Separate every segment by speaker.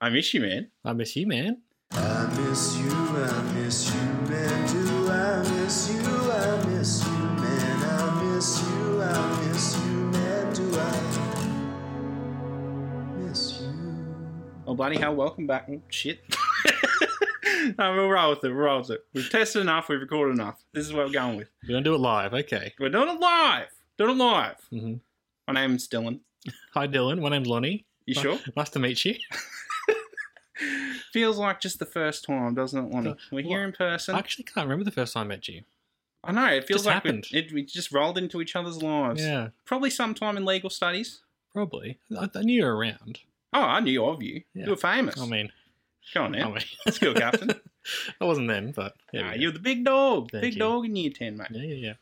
Speaker 1: I miss you, man.
Speaker 2: I miss you, man.
Speaker 3: I miss you, I miss you, man. Do I miss you? I miss you, man. I miss you, I miss you, man. Do I miss you?
Speaker 1: Oh, bloody hell, welcome back. Oh, shit. no, we'll roll with it. We'll roll with it. We've tested enough. We've recorded enough. This is what we're going with.
Speaker 2: We're gonna do it live. Okay.
Speaker 1: We're doing it live. Doing it live.
Speaker 2: hmm
Speaker 1: My name's Dylan.
Speaker 2: Hi, Dylan. My name's Lonnie.
Speaker 1: You
Speaker 2: Ni-
Speaker 1: sure?
Speaker 2: Nice to meet you.
Speaker 1: Feels like just the first time, doesn't it, Lonnie?
Speaker 2: The-
Speaker 1: We're here in person.
Speaker 2: I actually can't remember the first time I met you.
Speaker 1: I know. It feels
Speaker 2: just
Speaker 1: like
Speaker 2: happened.
Speaker 1: We, it, we just rolled into each other's lives.
Speaker 2: Yeah,
Speaker 1: Probably sometime in legal studies.
Speaker 2: probably. I, I knew you were around.
Speaker 1: Oh, I knew of you.
Speaker 2: Yeah.
Speaker 1: You were famous.
Speaker 2: I mean,
Speaker 1: Come on now.
Speaker 2: I mean,
Speaker 1: Let's go, Captain.
Speaker 2: I wasn't then, but there
Speaker 1: Nah,
Speaker 2: we go.
Speaker 1: you're the big dog.
Speaker 2: Thank
Speaker 1: big
Speaker 2: you.
Speaker 1: dog in year 10, mate.
Speaker 2: yeah, yeah, yeah.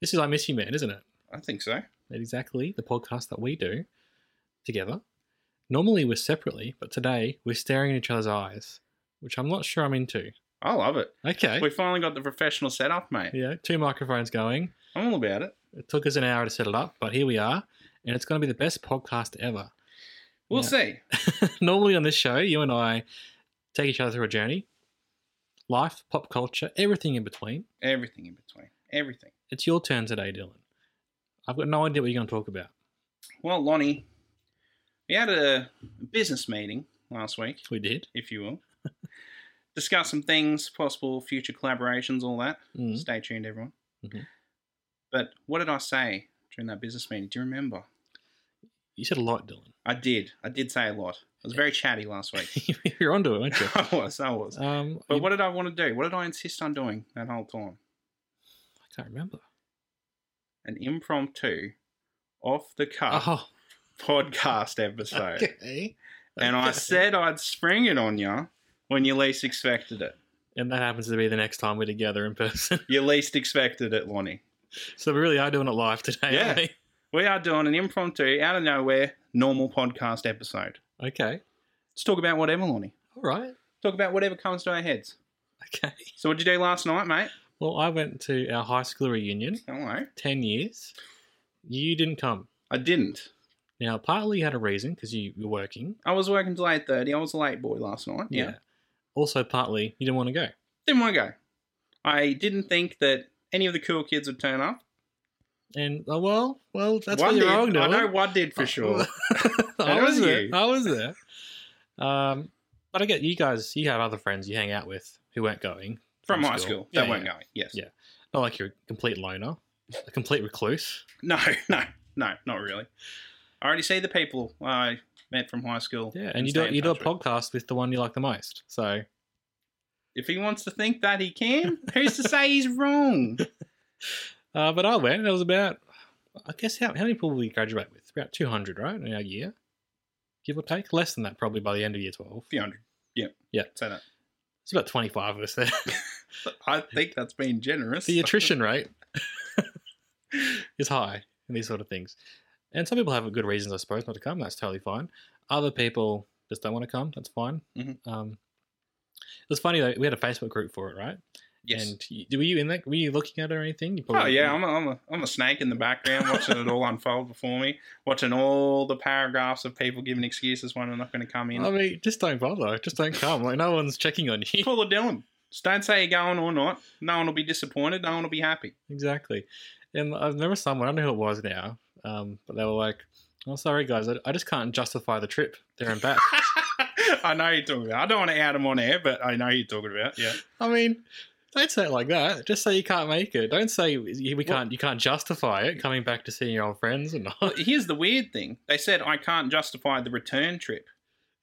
Speaker 2: This is I miss you, man, isn't it?
Speaker 1: I think so.
Speaker 2: Exactly the podcast that we do together. Normally we're separately, but today we're staring in each other's eyes, which I'm not sure I'm into.
Speaker 1: I love it.
Speaker 2: Okay.
Speaker 1: We finally got the professional setup, mate.
Speaker 2: Yeah, two microphones going.
Speaker 1: I'm all about it.
Speaker 2: It took us an hour to set it up, but here we are, and it's going to be the best podcast ever.
Speaker 1: We'll
Speaker 2: Yeah.
Speaker 1: see.
Speaker 2: Normally on this show, you and I take each other through a journey life, pop culture, everything in between.
Speaker 1: Everything in between. Everything.
Speaker 2: It's your turn today, Dylan. I've got no idea what you're going to talk about.
Speaker 1: Well, Lonnie, we had a business meeting last week,
Speaker 2: We did.
Speaker 1: if you will. Discuss some things, possible future collaborations, all that.
Speaker 2: Mm.
Speaker 1: Stay tuned, everyone.
Speaker 2: Mhm.
Speaker 1: But what did I say during that business meeting? Do you remember?
Speaker 2: You said a lot, Dylan.
Speaker 1: I did. I did say a lot. I was very chatty last week.
Speaker 2: you're onto it, aren't you?
Speaker 1: I was. I was.
Speaker 2: Um,
Speaker 1: But
Speaker 2: you-
Speaker 1: what did I want to do? What did I insist on doing that whole time?
Speaker 2: I can't remember.
Speaker 1: An impromptu, off the cuff
Speaker 2: Oh,
Speaker 1: podcast episode.
Speaker 2: okay.
Speaker 1: And I
Speaker 2: Okay.
Speaker 1: said I'd spring it on you when you least expected it.
Speaker 2: And that happens to be the next time we're together in person.
Speaker 1: You least expected it, Lonnie.
Speaker 2: so we really are doing it live today.
Speaker 1: Yeah.
Speaker 2: aren't we?
Speaker 1: We are doing an impromptu, out of nowhere, normal podcast episode.
Speaker 2: Okay.
Speaker 1: Let's talk about whatever, Lonnie.
Speaker 2: All right.
Speaker 1: Talk about whatever comes to our heads.
Speaker 2: Okay.
Speaker 1: So, what'd you do last night, mate?
Speaker 2: Well, I went to our high school reunion,
Speaker 1: Hello.
Speaker 2: 10 years. You didn't come.
Speaker 1: I didn't.
Speaker 2: Now, partly you had a reason because you were working.
Speaker 1: I was working till eight thirty. I was a late boy last night. Yeah.
Speaker 2: Also, partly you didn't want to go.
Speaker 1: Didn't want to go. I didn't think that any of the cool kids would turn up.
Speaker 2: And, oh, well, well, that's
Speaker 1: one
Speaker 2: where you're
Speaker 1: did.
Speaker 2: wrong, Oh.
Speaker 1: I
Speaker 2: Dylan.
Speaker 1: know one did for sure.
Speaker 2: I
Speaker 1: That
Speaker 2: was
Speaker 1: was
Speaker 2: there.
Speaker 1: you.
Speaker 2: I was there. Um, but I get you guys, you have other friends you hang out with who weren't going.
Speaker 1: From high school.
Speaker 2: Yeah,
Speaker 1: They weren't
Speaker 2: yeah.
Speaker 1: going. Yes.
Speaker 2: Yeah. Not like you're a complete loner, a complete recluse.
Speaker 1: No, no, no, not really. I already see the people I met from high school.
Speaker 2: Yeah. And you
Speaker 1: stay
Speaker 2: do,
Speaker 1: in
Speaker 2: you do a
Speaker 1: touch with.
Speaker 2: podcast with the one you like the most. So,
Speaker 1: If he wants to think that he can, who's to say he's wrong?
Speaker 2: Uh, but I went. It was about, I guess, how, how many people we graduate with? About 200, right, in our year, give or take. Less than that, probably by the end of year 12.
Speaker 1: Few hundred. Yeah.
Speaker 2: Yeah.
Speaker 1: Say that.
Speaker 2: It's about 25 of us there.
Speaker 1: I think that's being generous.
Speaker 2: the attrition rate is high in these sort of things. And some people have good reasons, I suppose, not to come. That's totally fine. Other people just don't want to come. That's fine.
Speaker 1: Mhm.
Speaker 2: Um, it was funny, though. We had a Facebook group for it, right?
Speaker 1: Yes.
Speaker 2: And you, were you in that? Were you looking at it or anything? You
Speaker 1: Oh yeah, I'm a, I'm, a, I'm a snake in the background watching it all unfold before me, watching all the paragraphs of people giving excuses why they're not going to come in.
Speaker 2: I mean, just don't bother. Just don't come. Like, no one's checking on you.
Speaker 1: Call a Dylan. Just don't say you're going or not. No one will be disappointed. No one will be happy.
Speaker 2: Exactly. And I remember someone, I don't know who it was now, um, but they were like, oh, sorry, guys, I, I just can't justify the trip there and back.
Speaker 1: I know you're talking about. I don't want to out them on air, but I know you're talking about. Yeah.
Speaker 2: I mean, don't say it like that. Just say you can't make it. Don't say you- we can't. you can't justify it coming back to seeing your old friends and
Speaker 1: Well,
Speaker 2: not.
Speaker 1: here's the weird thing. They said I can't justify the return trip.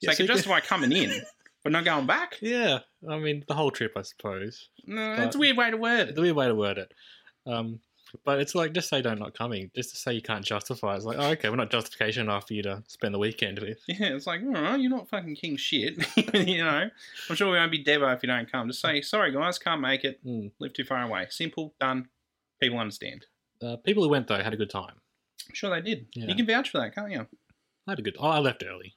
Speaker 1: So
Speaker 2: Yeah,
Speaker 1: I
Speaker 2: so
Speaker 1: can
Speaker 2: you can-
Speaker 1: justify coming in, but not going back.
Speaker 2: Yeah, I mean the whole trip, I suppose.
Speaker 1: No, it's a weird way to word it.
Speaker 2: It's a weird way to word it. Um, But it's like just say don't not coming, just to say you can't justify. it. It's like, oh, okay, we're not justification enough for you to spend the weekend with.
Speaker 1: Yeah, it's like, all right, you're not fucking king shit. you know, I'm sure we won't be Devo if you don't come. Just say, sorry, guys, can't make it.
Speaker 2: Mm.
Speaker 1: Live too far away. Simple, done. People understand.
Speaker 2: Uh, people who went though had a good time.
Speaker 1: I'm sure they did.
Speaker 2: Yeah.
Speaker 1: You can vouch for that, can't you?
Speaker 2: I had a good. Oh, I left early.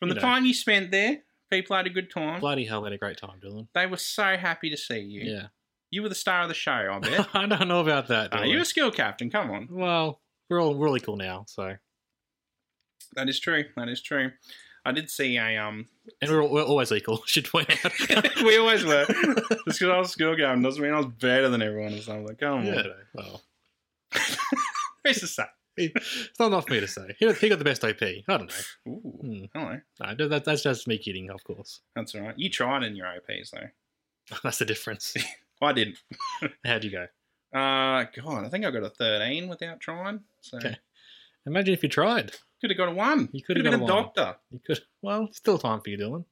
Speaker 1: From
Speaker 2: You
Speaker 1: the
Speaker 2: know.
Speaker 1: time you spent there, people had a good time.
Speaker 2: Bloody hell, we had a great time, Dylan.
Speaker 1: They were so happy to see you.
Speaker 2: Yeah,
Speaker 1: You were the star of the show, I bet.
Speaker 2: I don't know about that.
Speaker 1: uh,
Speaker 2: Dylan.
Speaker 1: you're a skill captain. Come on.
Speaker 2: Well, we're all really cool now, so
Speaker 1: That is true. That is true. I did see a um.
Speaker 2: and we're, we're always equal. Should point out.
Speaker 1: we always were. Just because I was a skill captain doesn't mean I was better than everyone or something. Like, come on.
Speaker 2: yeah, well,
Speaker 1: It's the same.
Speaker 2: it's not enough for me to say. He, he got the best OP. I don't know.
Speaker 1: Ooh.
Speaker 2: Hmm.
Speaker 1: Hello.
Speaker 2: No, that, that's just me kidding, of course.
Speaker 1: That's all right. You tried in your OPs though.
Speaker 2: That's the difference.
Speaker 1: I didn't.
Speaker 2: How'd you go?
Speaker 1: Uh, God, I think I got a thirteen without trying. So
Speaker 2: Okay. Imagine if you tried.
Speaker 1: could have got a one.
Speaker 2: You
Speaker 1: Coulda
Speaker 2: coulda got
Speaker 1: been
Speaker 2: a
Speaker 1: a,
Speaker 2: one.
Speaker 1: doctor.
Speaker 2: You could. Well, still time for you, Dylan.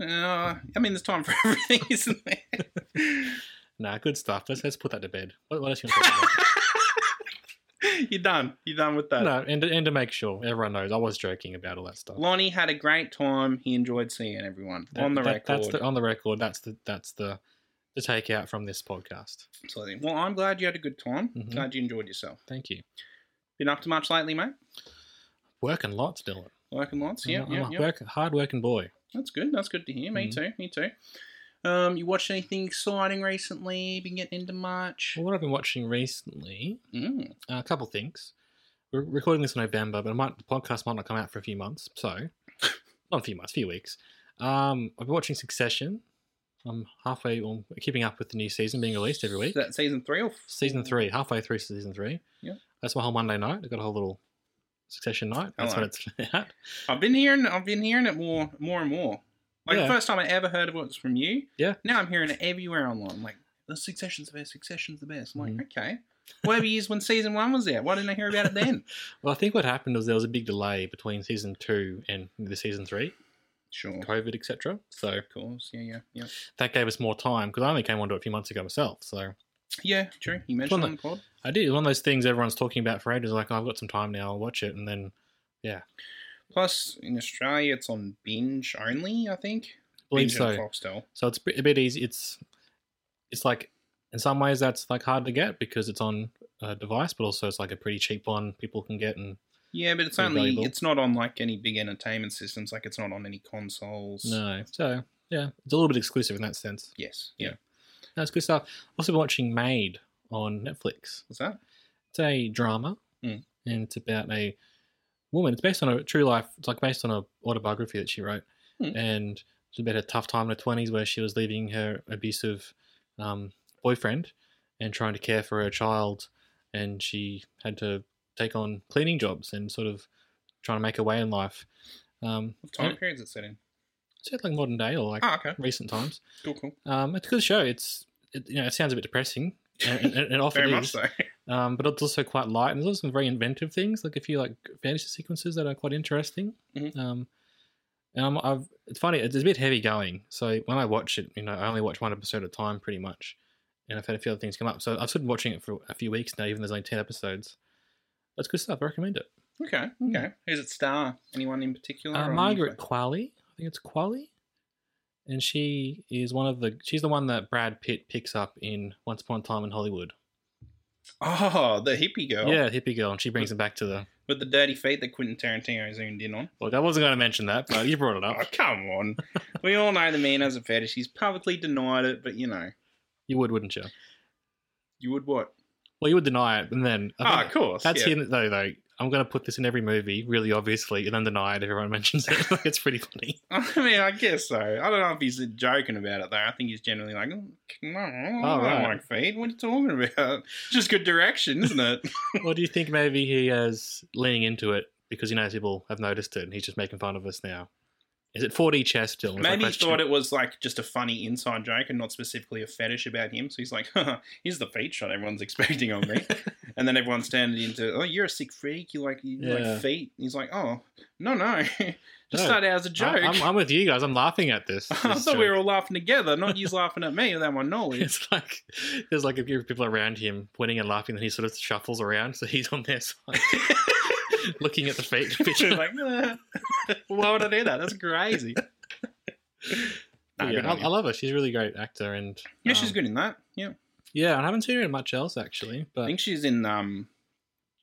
Speaker 1: Uh, I mean, there's time for everything, isn't there?
Speaker 2: Nah, good stuff. Let's let's put that to bed. What, what else you want to talk
Speaker 1: You're done. You're done with that.
Speaker 2: about? no, and and to make sure everyone knows, I was joking about all that stuff.
Speaker 1: Lonnie had a great time. He enjoyed seeing everyone
Speaker 2: That-
Speaker 1: on the
Speaker 2: that-
Speaker 1: record.
Speaker 2: That's the, on the record. That's the that's the the takeout from this podcast.
Speaker 1: Absolutely. Well, I'm glad you had a good time.
Speaker 2: Mhm.
Speaker 1: Glad you enjoyed yourself.
Speaker 2: Thank you.
Speaker 1: Been up to much lately, mate?
Speaker 2: Working lots, Dylan.
Speaker 1: Working lots. Yeah,
Speaker 2: I'm a
Speaker 1: yeah, yeah.
Speaker 2: Work, hard working boy.
Speaker 1: That's good. That's good to hear. Me
Speaker 2: Mhm.
Speaker 1: too. Me too. Um, you watched anything exciting recently? Been getting into much?
Speaker 2: Well, what I've been watching recently,
Speaker 1: Mm.
Speaker 2: uh, a couple things. We're recording this in November, but it might, the podcast might not come out for a few months. So, not a few months, a few weeks. Um, I've been watching Succession. I'm halfway, well, keeping up with the new season being released every
Speaker 1: Is
Speaker 2: week.
Speaker 1: that season three or
Speaker 2: Season three, halfway through season three.
Speaker 1: Yeah.
Speaker 2: That's my whole Monday night. I got a whole little Succession night. That's
Speaker 1: Hello.
Speaker 2: when it's out.
Speaker 1: I've been hearing. I've been hearing it more, more and more. Like
Speaker 2: Yeah.
Speaker 1: the first time I ever heard of it was from you.
Speaker 2: Yeah.
Speaker 1: Now I'm hearing it everywhere online. I'm like the Succession's the best. Succession's the best. I'm like,
Speaker 2: Mhm.
Speaker 1: okay. Whatever years when season one was out, why didn't I hear about it then?
Speaker 2: Well, I think what happened was there was a big delay between season two and the season three,
Speaker 1: Sure.
Speaker 2: COVID, etc. So
Speaker 1: Of course. Yeah, yeah, yeah.
Speaker 2: that gave us more time because I only came onto it a few months ago myself. So
Speaker 1: Yeah, true. You mentioned it on the pod.
Speaker 2: I did. It was One of those things everyone's talking about for ages. Like, oh, I've got some time now. I'll watch it, and then
Speaker 1: Plus, in Australia, it's on binge only. I think.
Speaker 2: believe
Speaker 1: binge and
Speaker 2: so.
Speaker 1: Foxtel.
Speaker 2: So it's a bit- a bit easy. It's it's like in some ways that's like hard to get because it's on a device, but also it's like a pretty cheap one people can get. And
Speaker 1: Yeah, but it's
Speaker 2: Pretty
Speaker 1: only
Speaker 2: valuable.
Speaker 1: it's not on like any big entertainment systems. Like it's not on any consoles.
Speaker 2: no, so yeah, it's a little bit exclusive in that sense.
Speaker 1: Yes. Yeah.
Speaker 2: Yeah. That's good stuff. Also been watching Made on Netflix.
Speaker 1: What's that?
Speaker 2: It's a drama,
Speaker 1: Mm.
Speaker 2: and it's about a woman. It's based on a true life. It's like based on a autobiography that she wrote,
Speaker 1: Mm.
Speaker 2: and it's about a tough time in her twenties where she was leaving her abusive um, boyfriend and trying to care for her child, and she had to take on cleaning jobs and sort of trying to make her way in life. Um,
Speaker 1: What time
Speaker 2: and
Speaker 1: periods it's set in?
Speaker 2: it's set, like modern day or like
Speaker 1: Ah, okay.
Speaker 2: recent times.
Speaker 1: Cool, cool.
Speaker 2: Um, it's a good show. It's it, you know it sounds a bit depressing, and, and, and often
Speaker 1: Very
Speaker 2: it
Speaker 1: much
Speaker 2: is
Speaker 1: so.
Speaker 2: um, but it's also quite light and there's also some very inventive things like a few like fantasy sequences that are quite interesting
Speaker 1: Mhm.
Speaker 2: um, and I'm, I've, it's funny it's a bit heavy going so when i watch it you know i only watch one episode at a time pretty much and i've had a few other things come up so i've sort of been watching it for a few weeks now even though there's only 10 episodes that's good stuff i recommend it
Speaker 1: Okay, okay. Who's it star? Anyone in particular?
Speaker 2: uh,
Speaker 1: or
Speaker 2: margaret qualley i think it's qualley and she is one of the she's the one that brad pitt picks up in once upon a time in hollywood
Speaker 1: Oh, the hippie girl.
Speaker 2: yeah hippie girl and she brings him back to the
Speaker 1: With the dirty feet that Quentin Tarantino zoomed in on.
Speaker 2: Look, I wasn't going to mention that, but you brought it
Speaker 1: Oh,
Speaker 2: up.
Speaker 1: come on. we all know the man has a fetish. He's publicly denied it, but you know,
Speaker 2: You would, wouldn't you?
Speaker 1: you would what?
Speaker 2: Well, you would deny it, and then I
Speaker 1: Ah,
Speaker 2: think
Speaker 1: of course.
Speaker 2: That's
Speaker 1: yeah.
Speaker 2: him though. Though I'm going to put this in every movie, really obviously, and then deny it. if Everyone mentions it. it's pretty funny.
Speaker 1: I mean, I guess so. I don't know if he's joking about it though. I think he's generally like, "Oh, no, I
Speaker 2: Oh,
Speaker 1: don't
Speaker 2: right.
Speaker 1: like feet. What are you talking about? Just good direction, isn't it?
Speaker 2: or do you think maybe he is leaning into it because he knows people have noticed it, and he's just making fun of us now? Is it 4D chess still? It's like
Speaker 1: Maybe he
Speaker 2: that's
Speaker 1: thought
Speaker 2: ch-
Speaker 1: it was like just a funny inside joke and not specifically a fetish about him. So he's like, "Huh, "Here's the feet shot everyone's expecting on me," and then everyone's turning into, "Oh, you're a sick freak. You like you
Speaker 2: Yeah.
Speaker 1: like feet." And he's like, "Oh, no, no, just
Speaker 2: No,
Speaker 1: started out as a joke."
Speaker 2: I- I'm, I'm with you guys. I'm laughing at this.
Speaker 1: I
Speaker 2: this
Speaker 1: thought we were
Speaker 2: joke.
Speaker 1: all laughing together, not you laughing at me without my knowledge.
Speaker 2: It's like there's like a few people around him winning and laughing, and he sort of shuffles around, so he's on their side, looking at the feet
Speaker 1: She's
Speaker 2: picture.
Speaker 1: like, "Ah, why would I do that? That's crazy. Nah, good
Speaker 2: yeah, I,
Speaker 1: on
Speaker 2: I
Speaker 1: you.
Speaker 2: love her. She's a really great actor, and
Speaker 1: yeah, she's
Speaker 2: um,
Speaker 1: good in that. Yeah,
Speaker 2: Yeah, I haven't seen her in much else actually,
Speaker 1: I
Speaker 2: but
Speaker 1: think she's in um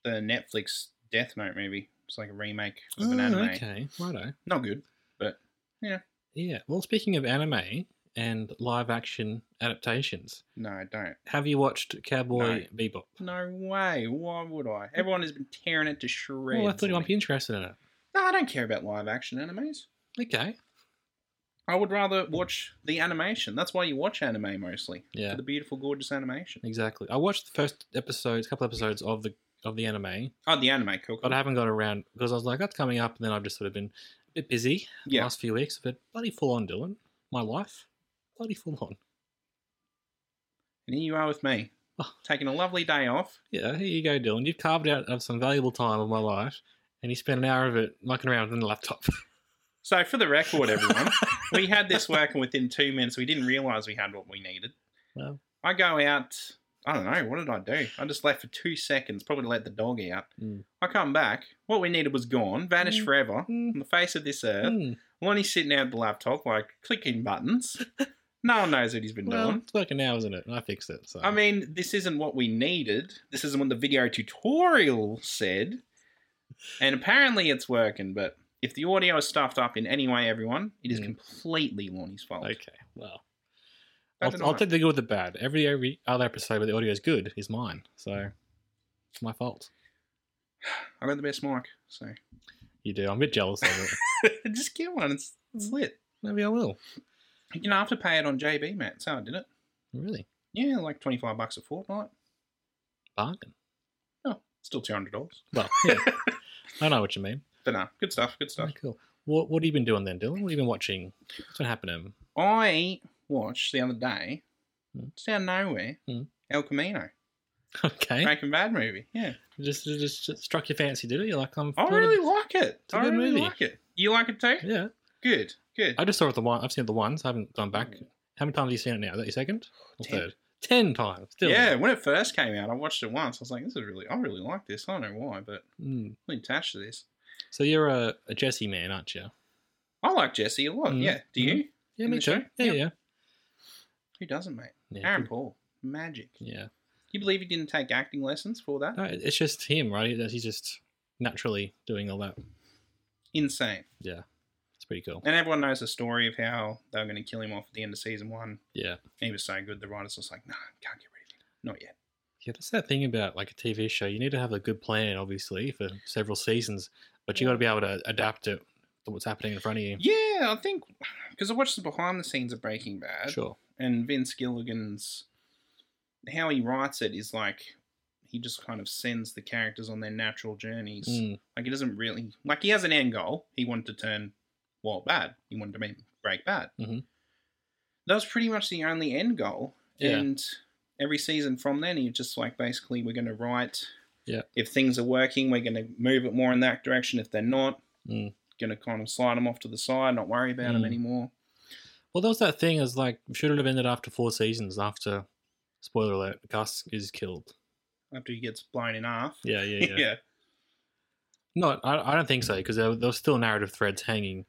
Speaker 1: the Netflix Death Note movie. It's like a remake of an
Speaker 2: Oh,
Speaker 1: anime.
Speaker 2: okay, righto.
Speaker 1: Not good.
Speaker 2: Yeah. Well, speaking of anime and live action adaptations,
Speaker 1: No, I don't.
Speaker 2: have you watched Cowboy Bebop?
Speaker 1: No way. Why would I? Everyone has been tearing it to shreds.
Speaker 2: Hmm. Well, Oh, I thought you might be
Speaker 1: lately.
Speaker 2: interested in it.
Speaker 1: No, I don't care about live action animes.
Speaker 2: Okay.
Speaker 1: I would rather watch the animation. That's why you watch anime mostly.
Speaker 2: Yeah.
Speaker 1: For the beautiful, gorgeous animation.
Speaker 2: Exactly. I watched the first episodes, couple episodes of the of the anime,
Speaker 1: Oh, the anime, cool.
Speaker 2: but I haven't got around because I was like, that's coming up, and then I've just sort of been a bit busy the
Speaker 1: Yeah.
Speaker 2: last few weeks. But bloody full on, Dylan. My life, bloody full on.
Speaker 1: And here you are with me,
Speaker 2: Oh.
Speaker 1: taking a lovely day off.
Speaker 2: Yeah, here you go, Dylan. You've carved out of some valuable time of my life, and you spent an hour of it mucking around with a laptop.
Speaker 1: So, for the record, everyone, we had this working within two minutes. We didn't realize we had what we needed.
Speaker 2: well,
Speaker 1: I go out. I don't know. What did I do? I just left for two seconds, probably to let the dog out.
Speaker 2: Mm.
Speaker 1: I come back. What we needed was gone, vanished
Speaker 2: Mm.
Speaker 1: forever
Speaker 2: Mm.
Speaker 1: on the face of this earth.
Speaker 2: hmm,
Speaker 1: Lonnie's sitting out the laptop, like clicking buttons. no one knows what he's been
Speaker 2: well,
Speaker 1: doing.
Speaker 2: it's working now, isn't it? And I fixed it. So
Speaker 1: I mean, this isn't what we needed. This isn't what the video tutorial said. And apparently it's working, but if the audio is stuffed up in any way, everyone, it is
Speaker 2: Mm.
Speaker 1: completely Lonnie's fault.
Speaker 2: okay, well,
Speaker 1: I
Speaker 2: I'll,
Speaker 1: don't
Speaker 2: I'll
Speaker 1: know.
Speaker 2: take the good with the bad. Every every other episode where the audio is good is mine, so
Speaker 1: Mm.
Speaker 2: it's my fault.
Speaker 1: I got the best mic, so
Speaker 2: You do. I'm a bit jealous of it.
Speaker 1: just get one. It's, it's
Speaker 2: Mm.
Speaker 1: lit.
Speaker 2: Maybe I will.
Speaker 1: You know, I have to pay it on JB, mate. That's how I did it.
Speaker 2: Really?
Speaker 1: Yeah, like 25 bucks a fortnight.
Speaker 2: Bargain.
Speaker 1: Oh, still $200.
Speaker 2: Well, yeah. I know what you mean.
Speaker 1: But no, good stuff, good stuff.
Speaker 2: Oh, cool. What, what have you been doing then, Dylan? What have you been watching? What's been happening?
Speaker 1: I watched the other day,
Speaker 2: Hmm.
Speaker 1: just out of nowhere,
Speaker 2: Hmm.
Speaker 1: El Camino,
Speaker 2: Okay.
Speaker 1: Breaking Bad movie. Yeah,
Speaker 2: Just, just, just struck your fancy, did it? You're like, I'm.
Speaker 1: I
Speaker 2: feeling-
Speaker 1: really like it.
Speaker 2: a
Speaker 1: I
Speaker 2: good
Speaker 1: really
Speaker 2: movie.
Speaker 1: like it. You like it too?
Speaker 2: Yeah.
Speaker 1: Good, good.
Speaker 2: I just saw it the one. I've seen it the once. I haven't gone back. How many times have you seen it now? Is that your second or
Speaker 1: Ten.
Speaker 2: third? Hmm. Ten times. Still.
Speaker 1: yeah, when it first came out, I watched it once. I was like, "This is really, I really like this. I don't know why, but I'm
Speaker 2: Mm.
Speaker 1: really attached to this.
Speaker 2: So you're a, a Jesse man, aren't you?
Speaker 1: I like Jesse a lot.
Speaker 2: Mhm.
Speaker 1: Yeah, do you?
Speaker 2: Yeah,
Speaker 1: In
Speaker 2: me
Speaker 1: the
Speaker 2: too.
Speaker 1: show?
Speaker 2: Yeah,
Speaker 1: Yeah.
Speaker 2: yeah.
Speaker 1: Who doesn't, mate?
Speaker 2: Yeah,
Speaker 1: Aaron
Speaker 2: good.
Speaker 1: Paul, magic.
Speaker 2: Yeah.
Speaker 1: You believe he didn't take acting lessons for that?
Speaker 2: No, it- it's just him, right? That He's just naturally doing all that.
Speaker 1: Insane.
Speaker 2: Yeah. It's pretty cool.
Speaker 1: And everyone knows the story of how they were going to kill him off at the end of season one.
Speaker 2: Yeah.
Speaker 1: And he was so good, the writers was like, "No, can't get rid of him. Not yet."
Speaker 2: Yeah, that's that thing about like a TV show. You need to have a good plan, obviously, for several seasons, but you got to be able to adapt it to what's happening in front of you.
Speaker 1: Yeah, I think because I watched the behind the scenes of Breaking Bad.
Speaker 2: Sure.
Speaker 1: and Vince Gilligan's how he writes it is like he just kind of sends the characters on their natural journeys.
Speaker 2: Mm,
Speaker 1: Like he doesn't really like he has an end goal. He wanted to turn Walt bad. He wanted to make Break Bad.
Speaker 2: Mhm.
Speaker 1: That was pretty much the only end goal.
Speaker 2: Yeah.
Speaker 1: And every season from then, you just like basically we're going to write.
Speaker 2: Yeah.
Speaker 1: If things are working, we're going to move it more in that direction. If they're not,
Speaker 2: mm.
Speaker 1: going to kind of slide them off to the side, not worry about them
Speaker 2: Mm.
Speaker 1: anymore.
Speaker 2: Well, there was that thing is like should it have ended after four seasons? After spoiler alert, Gus is killed.
Speaker 1: After he gets blown in half.
Speaker 2: Yeah, yeah, yeah.
Speaker 1: yeah.
Speaker 2: No, I, I don't think so because there, there was still narrative threads hanging.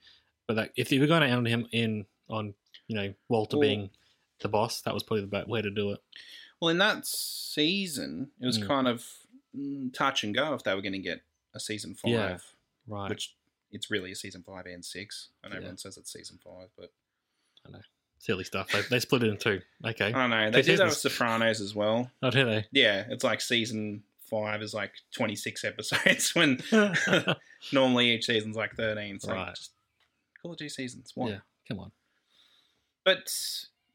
Speaker 2: But like, if you were going to end him in on you know Walter
Speaker 1: Well-
Speaker 2: being the boss, that was probably the best way to do it.
Speaker 1: Well, in that season, it was
Speaker 2: Mm.
Speaker 1: kind of mm, touch and go if they were going to get a season five,
Speaker 2: Yeah, Right.
Speaker 1: which it's really a season five and six. I know
Speaker 2: Yeah.
Speaker 1: everyone says it's season five, but
Speaker 2: Silly stuff. They, they split it in two. Okay.
Speaker 1: I don't know. They
Speaker 2: Two
Speaker 1: did that with
Speaker 2: seasons.
Speaker 1: Sopranos as well.
Speaker 2: Oh, do they?
Speaker 1: Yeah, it's like season five is like 26 episodes when normally each season's like 13. So
Speaker 2: Right.
Speaker 1: just call it two seasons. One.
Speaker 2: Yeah. Come on.
Speaker 1: But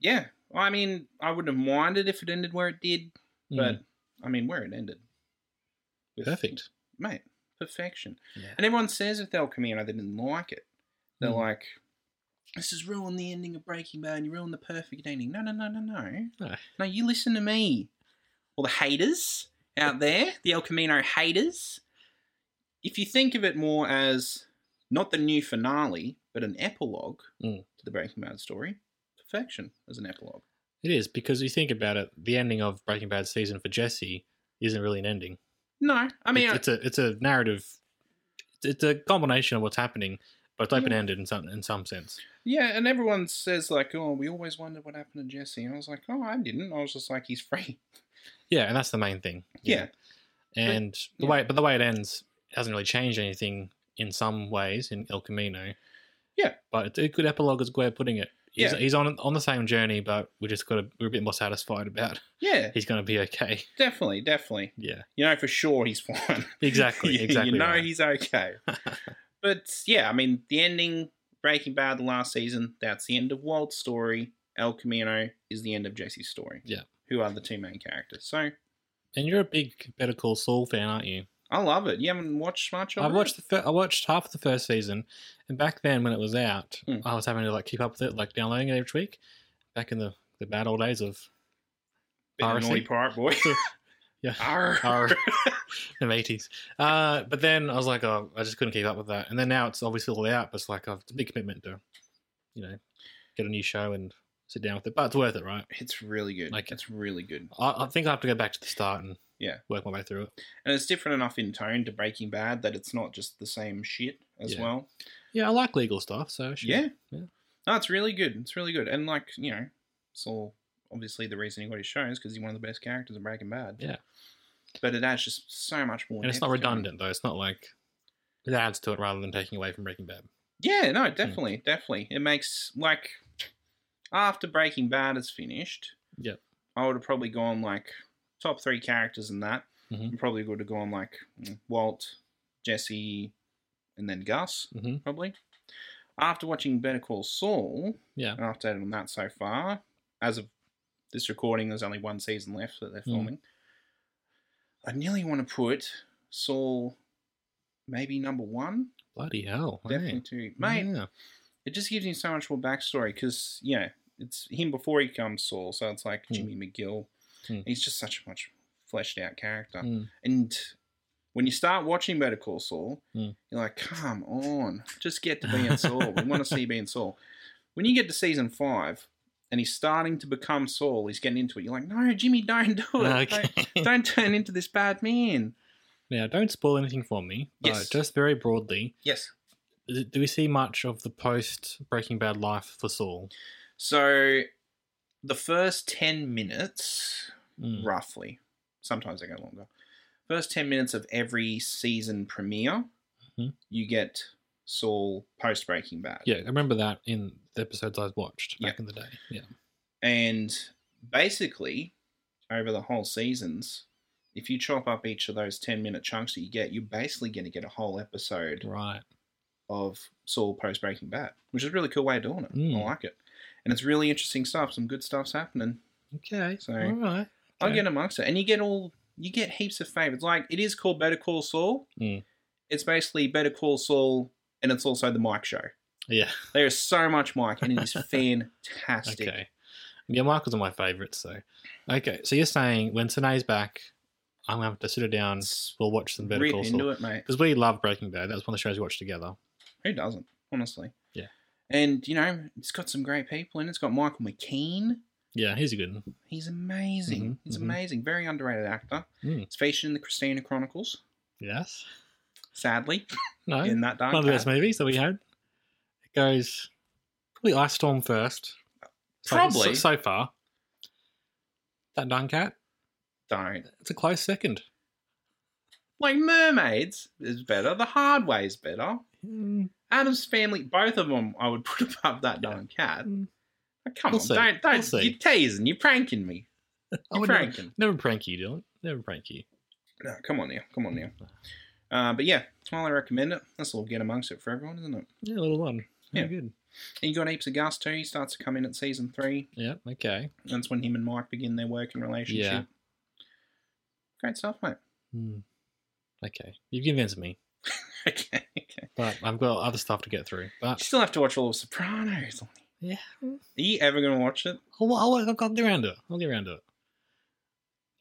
Speaker 1: yeah, I mean, I wouldn't have minded if it ended where it did,
Speaker 2: Mm,
Speaker 1: but I mean, where it ended. with-
Speaker 2: perfect.
Speaker 1: mate, perfection.
Speaker 2: Yeah.
Speaker 1: And everyone says with El Camino they didn't like it. They're
Speaker 2: Mm.
Speaker 1: like, this is ruin the ending of Breaking Bad. You ruin the perfect ending. No, no, no, no, no.
Speaker 2: No.
Speaker 1: No, you listen to me. All the haters out there, the El Camino haters. If you think of it more as not the new finale, but an epilogue
Speaker 2: Mm.
Speaker 1: to the Breaking Bad story, perfection as an epilogue.
Speaker 2: It is because you think about it, the ending of Breaking Bad season for Jesse isn't really an ending.
Speaker 1: No, I mean, uh,
Speaker 2: It's-
Speaker 1: I-
Speaker 2: it's a it's a narrative. It's a combination of what's happening, but it's open ended in some in some sense.
Speaker 1: Yeah, and everyone says like, "Oh, we always wondered what happened to Jesse." And I was like, "Oh, I didn't." I was just like, "He's free."
Speaker 2: Yeah, and that's the main thing.
Speaker 1: Yeah,
Speaker 2: and the
Speaker 1: yeah.
Speaker 2: way but the way it ends hasn't really changed anything in some ways in El Camino.
Speaker 1: Yeah.
Speaker 2: but it's a good epilogue is a good way of putting it. He's,
Speaker 1: Yeah.
Speaker 2: he's on on the same journey, but we just got to, we're a bit more satisfied about
Speaker 1: yeah,
Speaker 2: he's going to be okay.
Speaker 1: definitely, definitely.
Speaker 2: Yeah,
Speaker 1: You know for sure he's fine.
Speaker 2: Exactly,
Speaker 1: You-
Speaker 2: exactly
Speaker 1: You know
Speaker 2: right.
Speaker 1: he's okay. but yeah, I mean, the ending Breaking Bad the last season. That's the end of Walt's story. El Camino is the end of Jesse's story.
Speaker 2: Yeah.
Speaker 1: who are the two main characters? So
Speaker 2: and you're a big Better Call Saul fan, aren't you?
Speaker 1: I love it. You haven't watched much of
Speaker 2: I've
Speaker 1: it.
Speaker 2: watched the fir- I watched half of the first season, and back then when it was out,
Speaker 1: Hmm.
Speaker 2: I was having to like keep up with it, like downloading it each week. Back in the the bad old days of
Speaker 1: Been a naughty
Speaker 2: piracy.
Speaker 1: pirate boy.
Speaker 2: yeah,
Speaker 1: Arr.
Speaker 2: Arr. the eighties. Uh, but then I was like, oh, I just couldn't keep up with that. And then now it's obviously all out, but it's like oh, it's a big commitment to, you know, get a new show and sit down with it. But it's worth it, right?
Speaker 1: It's really good.
Speaker 2: Like-
Speaker 1: it's really good.
Speaker 2: I, I think I have to go back to the start and
Speaker 1: Yeah.
Speaker 2: work my way through it.
Speaker 1: and it's different enough in tone to Breaking Bad that it's not just the same shit as
Speaker 2: Yeah.
Speaker 1: well.
Speaker 2: Yeah, I like legal stuff, so sure.
Speaker 1: Yeah.
Speaker 2: Yeah.
Speaker 1: no, it's really good. It's really good, and like you know, Saul obviously the reason he got his show is because he's one of the best characters in Breaking Bad.
Speaker 2: Yeah.
Speaker 1: but it adds just so much more.
Speaker 2: and it's
Speaker 1: depth
Speaker 2: not
Speaker 1: to it.
Speaker 2: redundant though. It's not like it adds to it rather than taking away from Breaking Bad.
Speaker 1: Yeah, no, definitely, definitely. It makes like after Breaking Bad is finished,
Speaker 2: Yep.
Speaker 1: I would have probably gone like top three characters in that.
Speaker 2: Mhm.
Speaker 1: I probably would have gone like Walt, Jesse, and then Gus.
Speaker 2: hmm
Speaker 1: probably. After watching Better Call Saul,
Speaker 2: Yeah.
Speaker 1: an update on that so far. As of this recording, there's only one season left that they're
Speaker 2: Hmm.
Speaker 1: filming. I nearly want to put Saul maybe number one,
Speaker 2: Bloody hell! hey.
Speaker 1: definitely two. Mate,
Speaker 2: Yeah.
Speaker 1: it just gives you so much more backstory because, you know, it's him before he becomes Saul. So it's like
Speaker 2: Hmm.
Speaker 1: Jimmy McGill.
Speaker 2: Hmm.
Speaker 1: He's just such a much fleshed out character.
Speaker 2: Mm.
Speaker 1: And when you start watching Better Call Saul,
Speaker 2: Mm.
Speaker 1: you're like, come on, just get to being Saul. we want to see being Saul. When you get to season five and he's starting to become Saul, he's getting into it. You're like, no, Jimmy, don't do it.
Speaker 2: Okay.
Speaker 1: Don't, don't turn into this bad man.
Speaker 2: Now, don't spoil anything for me, but
Speaker 1: Yes.
Speaker 2: just very broadly,
Speaker 1: Yes.
Speaker 2: is it- do we see much of the post Breaking Bad life for Saul?
Speaker 1: So the first 10 minutes,
Speaker 2: Mm.
Speaker 1: roughly, sometimes they go longer. First 10 minutes of every season premiere,
Speaker 2: Mhm.
Speaker 1: you get Saul post Breaking Bad.
Speaker 2: Yeah, I remember that in the episodes I've watched back
Speaker 1: Yeah.
Speaker 2: in the day. Yeah.
Speaker 1: And basically, over the whole seasons, if you chop up each of those 10 minute chunks that you get, you're basically going to get a whole episode
Speaker 2: Right.
Speaker 1: of Saul post Breaking Bad, which is a really cool way of doing it.
Speaker 2: Mm.
Speaker 1: I like it. And it's really interesting stuff. Some good stuff's happening.
Speaker 2: Okay.
Speaker 1: So-
Speaker 2: All right.
Speaker 1: I'll
Speaker 2: Okay.
Speaker 1: get amongst it. And you get all, you get heaps of favorites. Like, it is called Better Call Saul.
Speaker 2: Mm.
Speaker 1: It's basically Better Call Saul, and it's also the Mike Show.
Speaker 2: Yeah.
Speaker 1: There is so much Mike, and it is fantastic.
Speaker 2: Okay. Yeah, Michael's one of my favorites, so. Okay, so you're saying when Sinead's back, I'm going to have to sit her down. We'll watch some Better
Speaker 1: Rip
Speaker 2: Call
Speaker 1: into
Speaker 2: Saul.
Speaker 1: it, mate.
Speaker 2: Because we love Breaking Bad. That's one of the shows we watched together.
Speaker 1: Who doesn't, honestly?
Speaker 2: Yeah.
Speaker 1: And, you know, it's got some great people in it. It's got Michael McKean.
Speaker 2: Yeah, he's a good one.
Speaker 1: He's amazing.
Speaker 2: Mhm,
Speaker 1: He's
Speaker 2: mhm.
Speaker 1: amazing. Very underrated actor.
Speaker 2: Mm.
Speaker 1: It's featured in the Christina Chronicles,
Speaker 2: Yes.
Speaker 1: sadly,
Speaker 2: No.
Speaker 1: in that dark
Speaker 2: One of the best
Speaker 1: hat.
Speaker 2: movies that we had. It goes probably Ice Storm first. So-
Speaker 1: Probably.
Speaker 2: So, so far. That Duncat,
Speaker 1: Don't.
Speaker 2: it's a close second.
Speaker 1: Like, Mermaids is better. The Hard Way's better.
Speaker 2: Mm,
Speaker 1: Adam's Family, both of them I would put above that
Speaker 2: Yeah.
Speaker 1: darn cat.
Speaker 2: Mm.
Speaker 1: Oh, Come
Speaker 2: We'll
Speaker 1: on,
Speaker 2: see.
Speaker 1: don't,
Speaker 2: We'll
Speaker 1: don't,
Speaker 2: see.
Speaker 1: you're teasing, you're pranking me.
Speaker 2: I
Speaker 1: You're
Speaker 2: would never,
Speaker 1: pranking.
Speaker 2: never prank you, Dylan. Never prank you.
Speaker 1: No, come on now, come on now. Uh, but yeah, I highly recommend it. That's all get amongst it for everyone, isn't it?
Speaker 2: Yeah, little one.
Speaker 1: Yeah.
Speaker 2: Yeah, good.
Speaker 1: And you got heaps of gas too. He starts to come in at season three.
Speaker 2: Yeah, okay.
Speaker 1: That's when him and Mike begin their working relationship.
Speaker 2: Yeah.
Speaker 1: Great stuff, mate.
Speaker 2: Hmm. Okay, you've convinced me.
Speaker 1: okay, okay.
Speaker 2: But I've got other stuff to get through.
Speaker 1: You
Speaker 2: But
Speaker 1: still have to watch all of Sopranos. Lonnie.
Speaker 2: yeah,
Speaker 1: Are you ever going to watch it?
Speaker 2: I'll, I'll, I'll get around to it. I'll get around to it.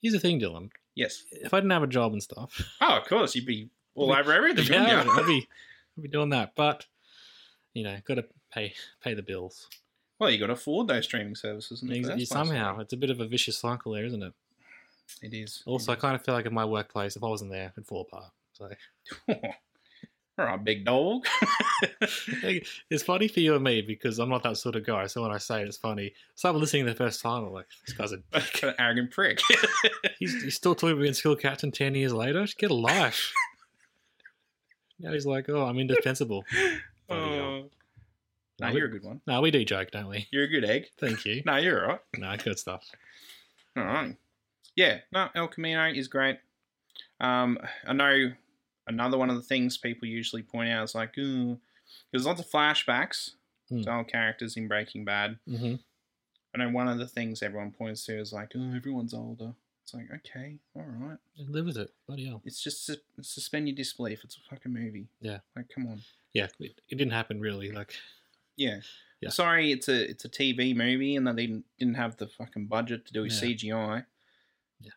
Speaker 2: Here's the thing, Dylan.
Speaker 1: Yes.
Speaker 2: If I didn't have a job and stuff,
Speaker 1: Oh, of course. You'd be all over everything. wouldn't
Speaker 2: yeah,
Speaker 1: you?
Speaker 2: I'd be, I'd be doing that. But you know, got to pay pay the bills.
Speaker 1: Well, you got to afford those streaming services. And
Speaker 2: Ex-
Speaker 1: that's nice.
Speaker 2: somehow, it's a bit of a vicious cycle there, isn't it?
Speaker 1: It is.
Speaker 2: Also, I kind of feel like in my workplace, if I wasn't there, it'd fall apart. So
Speaker 1: all right, big dog.
Speaker 2: it's funny for you and me because I'm not that sort of guy. So when I say it, it's funny, someone listening the first time, I'm like, this guy's a
Speaker 1: An arrogant prick.
Speaker 2: he's, he's still talking about being skill captain ten years later. Just get a life. now he's like, oh, I'm indefensible. Bloody hell.
Speaker 1: Oh. no, you're a good one.
Speaker 2: No, we do joke, don't we?
Speaker 1: You're a good egg.
Speaker 2: Thank you.
Speaker 1: No, you're all right.
Speaker 2: No, good stuff.
Speaker 1: All right. Yeah, no, El Camino is great. Um, I know another one of the things people usually point out is like, ooh, there's lots of flashbacks
Speaker 2: Hmm.
Speaker 1: to old characters in Breaking Bad.
Speaker 2: hmm
Speaker 1: I know one of the things everyone points to is like, oh, everyone's older. It's like, okay, all right.
Speaker 2: Live with it. Bloody hell.
Speaker 1: It's just su- suspend your disbelief. It's a fucking movie.
Speaker 2: Yeah.
Speaker 1: Like, come on.
Speaker 2: Yeah, it, it didn't happen really. Like,
Speaker 1: Yeah.
Speaker 2: Yeah.
Speaker 1: Sorry, it's a it's a TV movie, and they didn't didn't have the fucking budget to do
Speaker 2: Yeah.
Speaker 1: CGI.
Speaker 2: Yeah.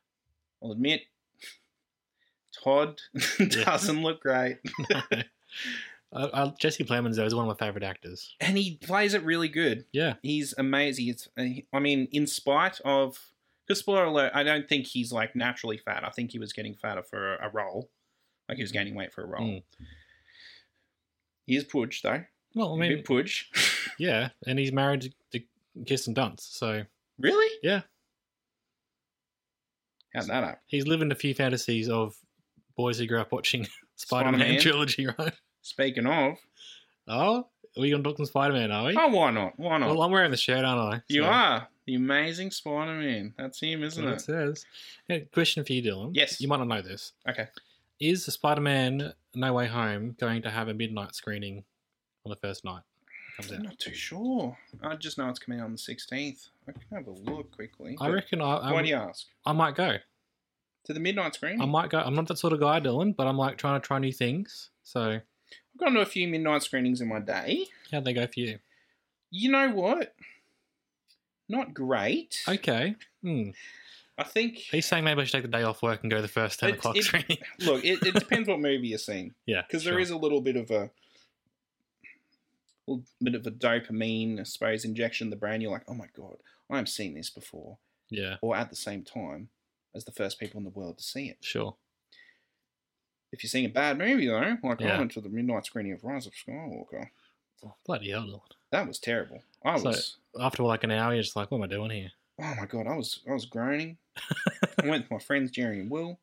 Speaker 1: I'll admit, Todd doesn't look great,
Speaker 2: I, I, Jesse Plemons though is one of my favorite actors.
Speaker 1: and he plays it really good.
Speaker 2: Yeah,
Speaker 1: He's amazing. It's, uh, I mean, in spite of because spoiler alert, I don't think he's like naturally fat. I think he was getting fatter for a role, like he was gaining weight for a role.
Speaker 2: Mm.
Speaker 1: He is pudge though.
Speaker 2: well, I
Speaker 1: a
Speaker 2: mean,
Speaker 1: bit pudge.
Speaker 2: yeah, and he's married to, to Kirsten Dunst, so
Speaker 1: really?
Speaker 2: yeah,
Speaker 1: How's that up?
Speaker 2: he's living a few fantasies of boys who grew up watching Spider-Man,
Speaker 1: Spider-Man.
Speaker 2: trilogy, right?
Speaker 1: Speaking of,
Speaker 2: Oh, are we gonna talk some Spider-Man? Are we?
Speaker 1: oh, why not? Why not?
Speaker 2: Well, I'm wearing the shirt, aren't I?
Speaker 1: You
Speaker 2: So,
Speaker 1: are the amazing Spider-Man. That's him,
Speaker 2: that's
Speaker 1: isn't
Speaker 2: what
Speaker 1: it?
Speaker 2: it says. Yeah, question for you, Dylan.
Speaker 1: Yes.
Speaker 2: you might not know this.
Speaker 1: Okay.
Speaker 2: Is Spider-Man No Way Home going to have a midnight screening on the first night? it Comes out.
Speaker 1: I'm not too sure. I just know it's coming out on the 16th. I can have a look quickly.
Speaker 2: I
Speaker 1: but
Speaker 2: reckon I, I,
Speaker 1: Why
Speaker 2: would-
Speaker 1: do you Hmm. ask?
Speaker 2: I might go.
Speaker 1: To the midnight screen.
Speaker 2: I might go. I'm not that sort of guy, Dylan, but I'm like trying to try new things. So
Speaker 1: I've gone to a few midnight screenings in my day.
Speaker 2: how'd they go for you?
Speaker 1: You know what? Not great.
Speaker 2: Okay. Hmm.
Speaker 1: I think.
Speaker 2: He's saying maybe I should take the day off work and go to the first ten
Speaker 1: It's-
Speaker 2: o'clock
Speaker 1: it-
Speaker 2: screening.
Speaker 1: Look, it, it depends what movie you're seeing.
Speaker 2: yeah,
Speaker 1: because there is a little bit of a little bit of a dopamine, I suppose, injection in the brain. You're like, oh my god, I'm seeing this before,
Speaker 2: Yeah,
Speaker 1: or at the same time as the first people in the world to see it.
Speaker 2: sure.
Speaker 1: If you're seeing a bad movie though, like I
Speaker 2: Yeah.
Speaker 1: went to the midnight screening of Rise of Skywalker,
Speaker 2: Oh, bloody hell, Dylan.
Speaker 1: that was terrible. I
Speaker 2: So-
Speaker 1: was,
Speaker 2: After like an hour, you're just like, what am I doing here?
Speaker 1: oh my god, I was, I was groaning. I went with my friends Jerry and Will.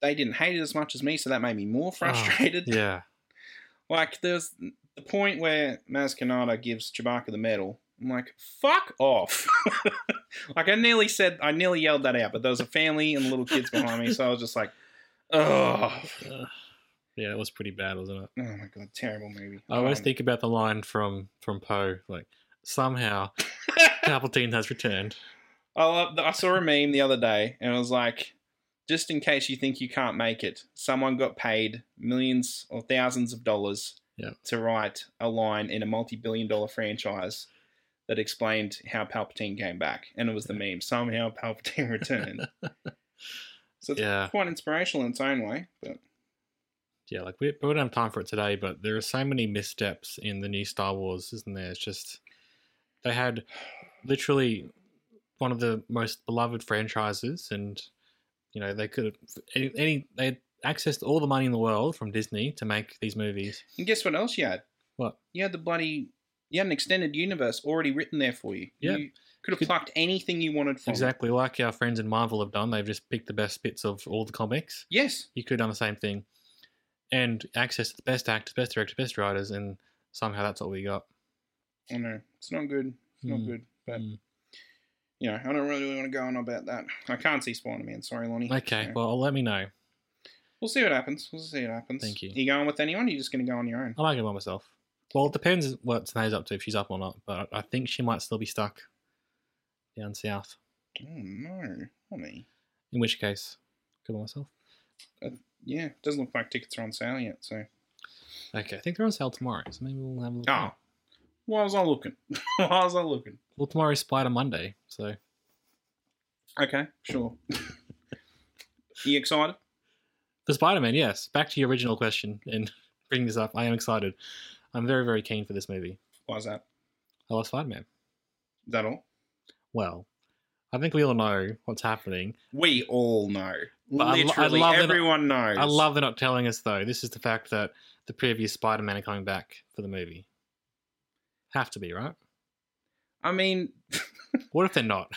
Speaker 1: They didn't hate it as much as me, so that made me
Speaker 2: Ah,
Speaker 1: more frustrated.
Speaker 2: Yeah.
Speaker 1: Like there's the point where Maz Kanata gives Chewbacca the medal. I'm like, fuck off. like I nearly said, I nearly yelled that out, but there was a family and little kids behind me, so I was just like, oh, oh
Speaker 2: Uh, yeah, that was pretty bad, wasn't it?
Speaker 1: my god, terrible movie.
Speaker 2: I always
Speaker 1: Um,
Speaker 2: think about the line from from Poe, like somehow Palpatine has returned.
Speaker 1: I love. I saw a meme the other day, and it was like, just in case you think you can't make it, someone got paid millions or thousands of dollars
Speaker 2: Yeah.
Speaker 1: to write a line in a multi-billion-dollar franchise that explained how Palpatine came back, and it was the meme somehow Palpatine returned. so it's
Speaker 2: Yeah.
Speaker 1: quite inspirational in its own way, but
Speaker 2: Yeah, like we, we don't have time for it today, but there are so many missteps in the new Star Wars, isn't there? It's just they had literally one of the most beloved franchises, and you know they could have any, any they had accessed all the money in the world from Disney to make these movies.
Speaker 1: and guess what else you had?
Speaker 2: What?
Speaker 1: You had the bloody. You had an extended universe already written there for you.
Speaker 2: Yeah.
Speaker 1: You could have
Speaker 2: Could-
Speaker 1: plucked anything you wanted from. it.
Speaker 2: Exactly like our friends in Marvel have done, they've just picked the best bits of all the comics.
Speaker 1: Yes.
Speaker 2: You could have done the same thing, and access the best actors, best directors, best writers, and somehow that's what we got.
Speaker 1: I know Oh, it's not good. It's not
Speaker 2: Mm.
Speaker 1: good. But
Speaker 2: Mm.
Speaker 1: you know, I don't really want to go on about that. I can't see Spider Man. Sorry, Lonnie.
Speaker 2: Okay,
Speaker 1: So,
Speaker 2: well, let me know.
Speaker 1: we'll see what happens. We'll see what happens.
Speaker 2: Thank you. Oh.
Speaker 1: You going with anyone? Or you just going to go on your own?
Speaker 2: I might go by myself. Well, it depends what Tanae's up to, if she's up or not, but I think she might still be stuck down south.
Speaker 1: Oh no, Lonnie.
Speaker 2: In which case, go by myself.
Speaker 1: Yeah, it doesn't look like tickets are on sale yet. So
Speaker 2: Okay, I think they're on sale tomorrow, so maybe we'll have a look.
Speaker 1: Oh. Why was I looking? Why was I looking?
Speaker 2: Well, tomorrow's Spider Monday, so
Speaker 1: Okay, sure. you excited?
Speaker 2: for Spider Man, yes. Back to your original question and bringing this up, I am excited. I'm very, very keen for this movie.
Speaker 1: Why is that?
Speaker 2: I love Spider Man.
Speaker 1: Is that all?
Speaker 2: Well, I think we all know what's happening.
Speaker 1: We all know.
Speaker 2: But I lo- I
Speaker 1: Literally,
Speaker 2: love it-
Speaker 1: everyone knows.
Speaker 2: I love they're not telling us though. This is the fact that the previous Spider Man are coming back for the movie. Have to be right.
Speaker 1: I mean,
Speaker 2: What if they're not?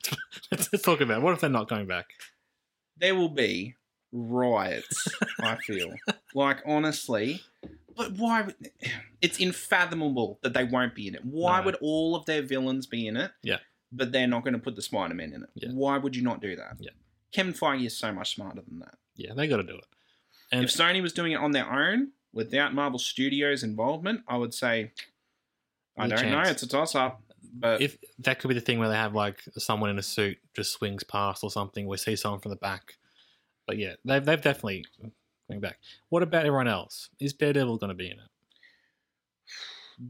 Speaker 2: let's, let's talk about it. what if they're not going back.
Speaker 1: there will be riots. I feel like honestly, but why? Would, it's unfathomable that they won't be in it. Why
Speaker 2: No.
Speaker 1: would all of their villains be in it?
Speaker 2: Yeah.
Speaker 1: but they're not going to put the Spider Man in it.
Speaker 2: Yeah.
Speaker 1: Why would you not do that?
Speaker 2: Yeah.
Speaker 1: Kevin Feige is so much smarter than that.
Speaker 2: Yeah, they got to do it. And
Speaker 1: if Sony was doing it on their own without Marvel Studios' involvement, I would say, I
Speaker 2: No
Speaker 1: don't
Speaker 2: chance.
Speaker 1: know. It's a toss up. But
Speaker 2: if that could be the thing where they have like someone in a suit just swings past or something, we see someone from the back. But yeah, they've they've definitely going back. What about everyone else? Is Daredevil going to be in it?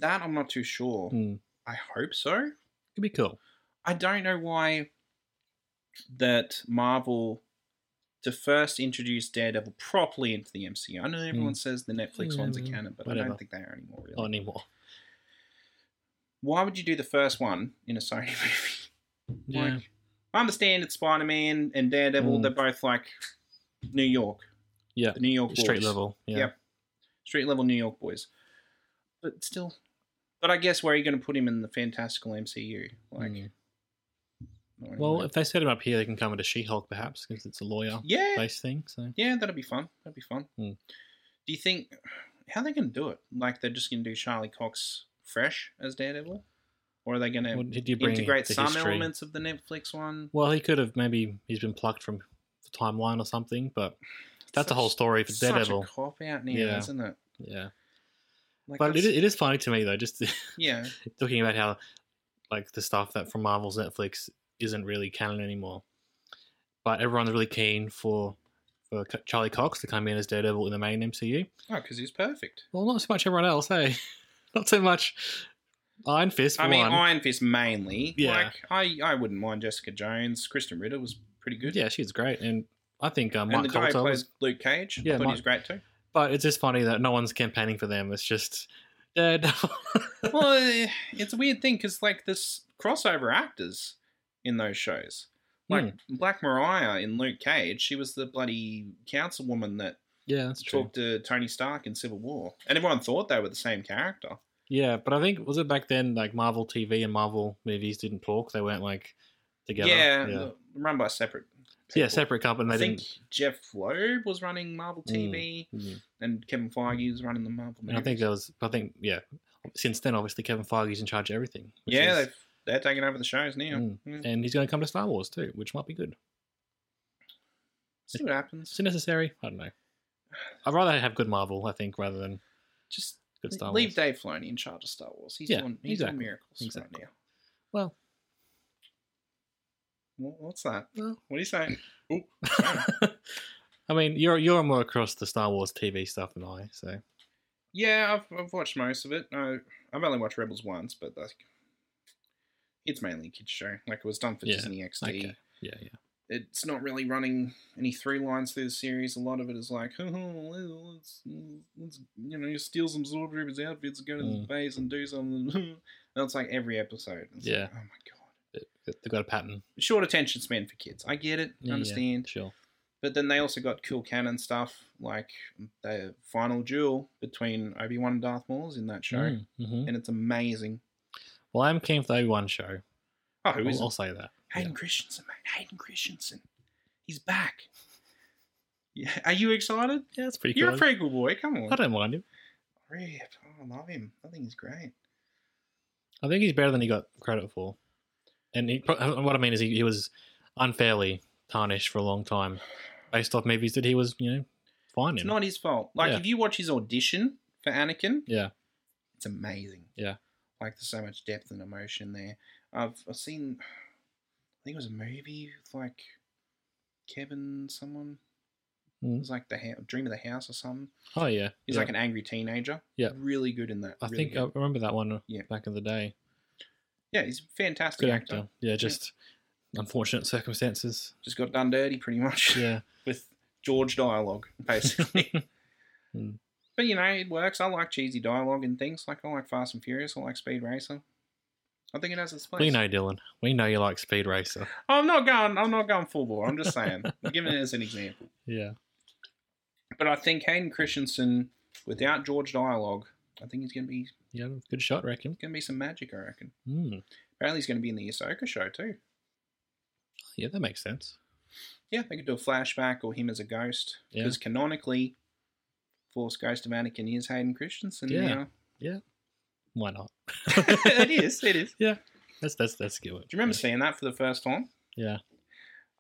Speaker 1: that I'm not too sure.
Speaker 2: Hmm.
Speaker 1: I hope so.
Speaker 2: Could be cool.
Speaker 1: I don't know why that Marvel to first introduce Daredevil properly into the MCU. I know everyone says the Netflix ones are
Speaker 2: Yeah,
Speaker 1: canon, but I
Speaker 2: Hmm. whatever.
Speaker 1: don't think they are anymore. Really.
Speaker 2: Not anymore.
Speaker 1: Why would you do the first one in a Sony movie?
Speaker 2: Yeah,
Speaker 1: Like, I understand it's Spider Man and Daredevil.
Speaker 2: Mm.
Speaker 1: They're both like New York,
Speaker 2: yeah.
Speaker 1: the New York
Speaker 2: Street
Speaker 1: boys.
Speaker 2: level. Yeah.
Speaker 1: Yep. street level New York boys. But still, but I guess where are you going to put him in the fantastical MCU? Like,
Speaker 2: Mm.
Speaker 1: I don't
Speaker 2: Well,
Speaker 1: know.
Speaker 2: if they set him up here, they can come into She-Hulk perhaps because it's a lawyer
Speaker 1: yeah,
Speaker 2: based thing. So
Speaker 1: Yeah, that'd be fun. That'd be fun.
Speaker 2: Hmm.
Speaker 1: Do you think how are they going to do it? Like they're just going to do Charlie Cox fresh as Daredevil, or are they going
Speaker 2: Well,
Speaker 1: to
Speaker 2: did you bring
Speaker 1: integrate
Speaker 2: the
Speaker 1: some
Speaker 2: history?
Speaker 1: elements of the Netflix one?
Speaker 2: Well, he could have maybe he's been plucked from the timeline or something, but that's a whole story for
Speaker 1: Such
Speaker 2: Daredevil.
Speaker 1: a cop out now,
Speaker 2: Yeah.
Speaker 1: isn't it?
Speaker 2: Yeah,
Speaker 1: Like,
Speaker 2: but it is,
Speaker 1: that's-
Speaker 2: it is funny to me though, just
Speaker 1: yeah,
Speaker 2: talking about how like the stuff that from Marvel's Netflix isn't really canon anymore. But everyone's really keen for for C- Charlie Cox to come in as Daredevil in the main MCU.
Speaker 1: oh, because he's perfect.
Speaker 2: Well, not so much everyone else, hey. Not so much Iron Fist for
Speaker 1: I mean,
Speaker 2: one.
Speaker 1: Iron Fist mainly.
Speaker 2: Yeah.
Speaker 1: Like I, I wouldn't mind Jessica Jones. Kristen Ritter was pretty good.
Speaker 2: Yeah, she's great, and I think uh,
Speaker 1: and
Speaker 2: Mike
Speaker 1: the guy who
Speaker 2: Colter
Speaker 1: plays
Speaker 2: was.
Speaker 1: Luke Cage,
Speaker 2: Yeah,
Speaker 1: I thought he
Speaker 2: Mike-
Speaker 1: was great too.
Speaker 2: But it's just funny that no one's campaigning for them. It's just Daredevil.
Speaker 1: well, eh, it's a weird thing because like this crossover actors in those shows, like
Speaker 2: Hmm.
Speaker 1: Black Mariah in Luke Cage, she was the bloody councilwoman that
Speaker 2: yeah, that's true.
Speaker 1: talked to Tony Stark in Civil War, and everyone thought they were the same character.
Speaker 2: Yeah, but I think was it back then like Marvel TV and Marvel movies didn't talk. They weren't like together.
Speaker 1: yeah,
Speaker 2: yeah,
Speaker 1: run by separate.
Speaker 2: Yeah,
Speaker 1: people.
Speaker 2: separate company. They
Speaker 1: I think
Speaker 2: didn't.
Speaker 1: Jeff Loeb was running Marvel TV,
Speaker 2: Mm.
Speaker 1: and Kevin Feige was running the Marvel.
Speaker 2: And I think
Speaker 1: movies.
Speaker 2: there was. I think yeah. Since then, obviously, Kevin Feige's in charge of everything. which
Speaker 1: yeah,
Speaker 2: is-
Speaker 1: they've, they're taking over the shows now.
Speaker 2: Mm.
Speaker 1: Yeah.
Speaker 2: and he's going to come to Star Wars too, which might be good.
Speaker 1: See what happens.
Speaker 2: Is it necessary? I don't know. I'd rather have good Marvel, I think, rather than
Speaker 1: Just
Speaker 2: good Star
Speaker 1: leave
Speaker 2: Wars.
Speaker 1: Dave Filoni in charge of Star Wars. He's
Speaker 2: Yeah,
Speaker 1: doing he's
Speaker 2: exactly.
Speaker 1: doing miracles
Speaker 2: Exactly.
Speaker 1: right now.
Speaker 2: well,
Speaker 1: Wha- What's that?
Speaker 2: well.
Speaker 1: What are you saying? Ooh.
Speaker 2: I mean, you're you're more across the Star Wars TV stuff than I, so
Speaker 1: Yeah, I've, I've watched most of it. I, I've only watched Rebels once, but like, it's mainly a kids show. Like it was done for
Speaker 2: Yeah,
Speaker 1: Disney XD.
Speaker 2: okay, yeah, yeah.
Speaker 1: It's not really running any through lines through the series. A lot of it is like, oh, let's, let's you know, you steal some sword troopers' outfits, go to the
Speaker 2: Mm.
Speaker 1: base and do something. and it's like every episode. It's
Speaker 2: Yeah.
Speaker 1: Like, oh my god.
Speaker 2: They've got a pattern.
Speaker 1: Short attention span for kids. I get it.
Speaker 2: Yeah, yeah,
Speaker 1: understand.
Speaker 2: Sure.
Speaker 1: But then they also got cool canon stuff, like the final duel between Obi Wan and Darth Maul's in that show,
Speaker 2: Mm, mhm.
Speaker 1: and it's amazing.
Speaker 2: Well, I'm keen for the Obi Wan show.
Speaker 1: Oh, who is
Speaker 2: I'll, I'll
Speaker 1: it?
Speaker 2: say that.
Speaker 1: Hayden Christensen, mate. Hayden Christensen, he's back. Yeah, are you excited?
Speaker 2: Yeah, that's pretty
Speaker 1: You're
Speaker 2: cool.
Speaker 1: a prequel boy. Come on,
Speaker 2: I don't mind him.
Speaker 1: Rip. Oh, I love him. I think he's great.
Speaker 2: I think he's better than he got credit for. And he, pro- uh, what I mean is, he, he was unfairly tarnished for a long time, based off movies that he was, you know, fine
Speaker 1: It's
Speaker 2: in.
Speaker 1: not his fault. Like
Speaker 2: Yeah.
Speaker 1: if you watch his audition for Anakin,
Speaker 2: yeah,
Speaker 1: it's amazing.
Speaker 2: Yeah.
Speaker 1: Like there's so much depth and emotion there. I've I've seen I think it was a movie with like Kevin someone It
Speaker 2: Mm.
Speaker 1: was like the ha- Dream of the House or something.
Speaker 2: Oh yeah,
Speaker 1: He's
Speaker 2: yeah.
Speaker 1: like an angry teenager.
Speaker 2: Yeah.
Speaker 1: really good in that.
Speaker 2: I
Speaker 1: really
Speaker 2: think
Speaker 1: good.
Speaker 2: I remember that one
Speaker 1: Yeah.
Speaker 2: back in the day.
Speaker 1: yeah, he's a fantastic
Speaker 2: Good
Speaker 1: actor.
Speaker 2: actor. Yeah, just unfortunate circumstances.
Speaker 1: Just got done dirty pretty much
Speaker 2: Yeah.
Speaker 1: with George dialogue basically.
Speaker 2: Mm.
Speaker 1: But you know, it works. I like cheesy dialogue and things. Like I like Fast and Furious. I like Speed Racer. I think it has its place.
Speaker 2: We know, Dylan. We know you like Speed Racer.
Speaker 1: Oh, I'm not going. I'm not going full bore. I'm just saying, I'm giving it as an example.
Speaker 2: Yeah.
Speaker 1: But I think Hayden Christensen, without George dialogue, I think he's gonna be
Speaker 2: Yeah, good shot, reckon.
Speaker 1: gonna be some magic. I reckon.
Speaker 2: Mm.
Speaker 1: Apparently, he's gonna be in the Ahsoka show too.
Speaker 2: Yeah, that makes sense.
Speaker 1: Yeah, they could do a flashback or him as a ghost.
Speaker 2: Yeah.
Speaker 1: Because canonically, Force Ghost of Anakin is Hayden Christensen.
Speaker 2: Yeah.
Speaker 1: Yeah,
Speaker 2: Why not?
Speaker 1: it is. It is.
Speaker 2: Yeah, that's that's that's good.
Speaker 1: Do you remember seeing that for the first time?
Speaker 2: Yeah,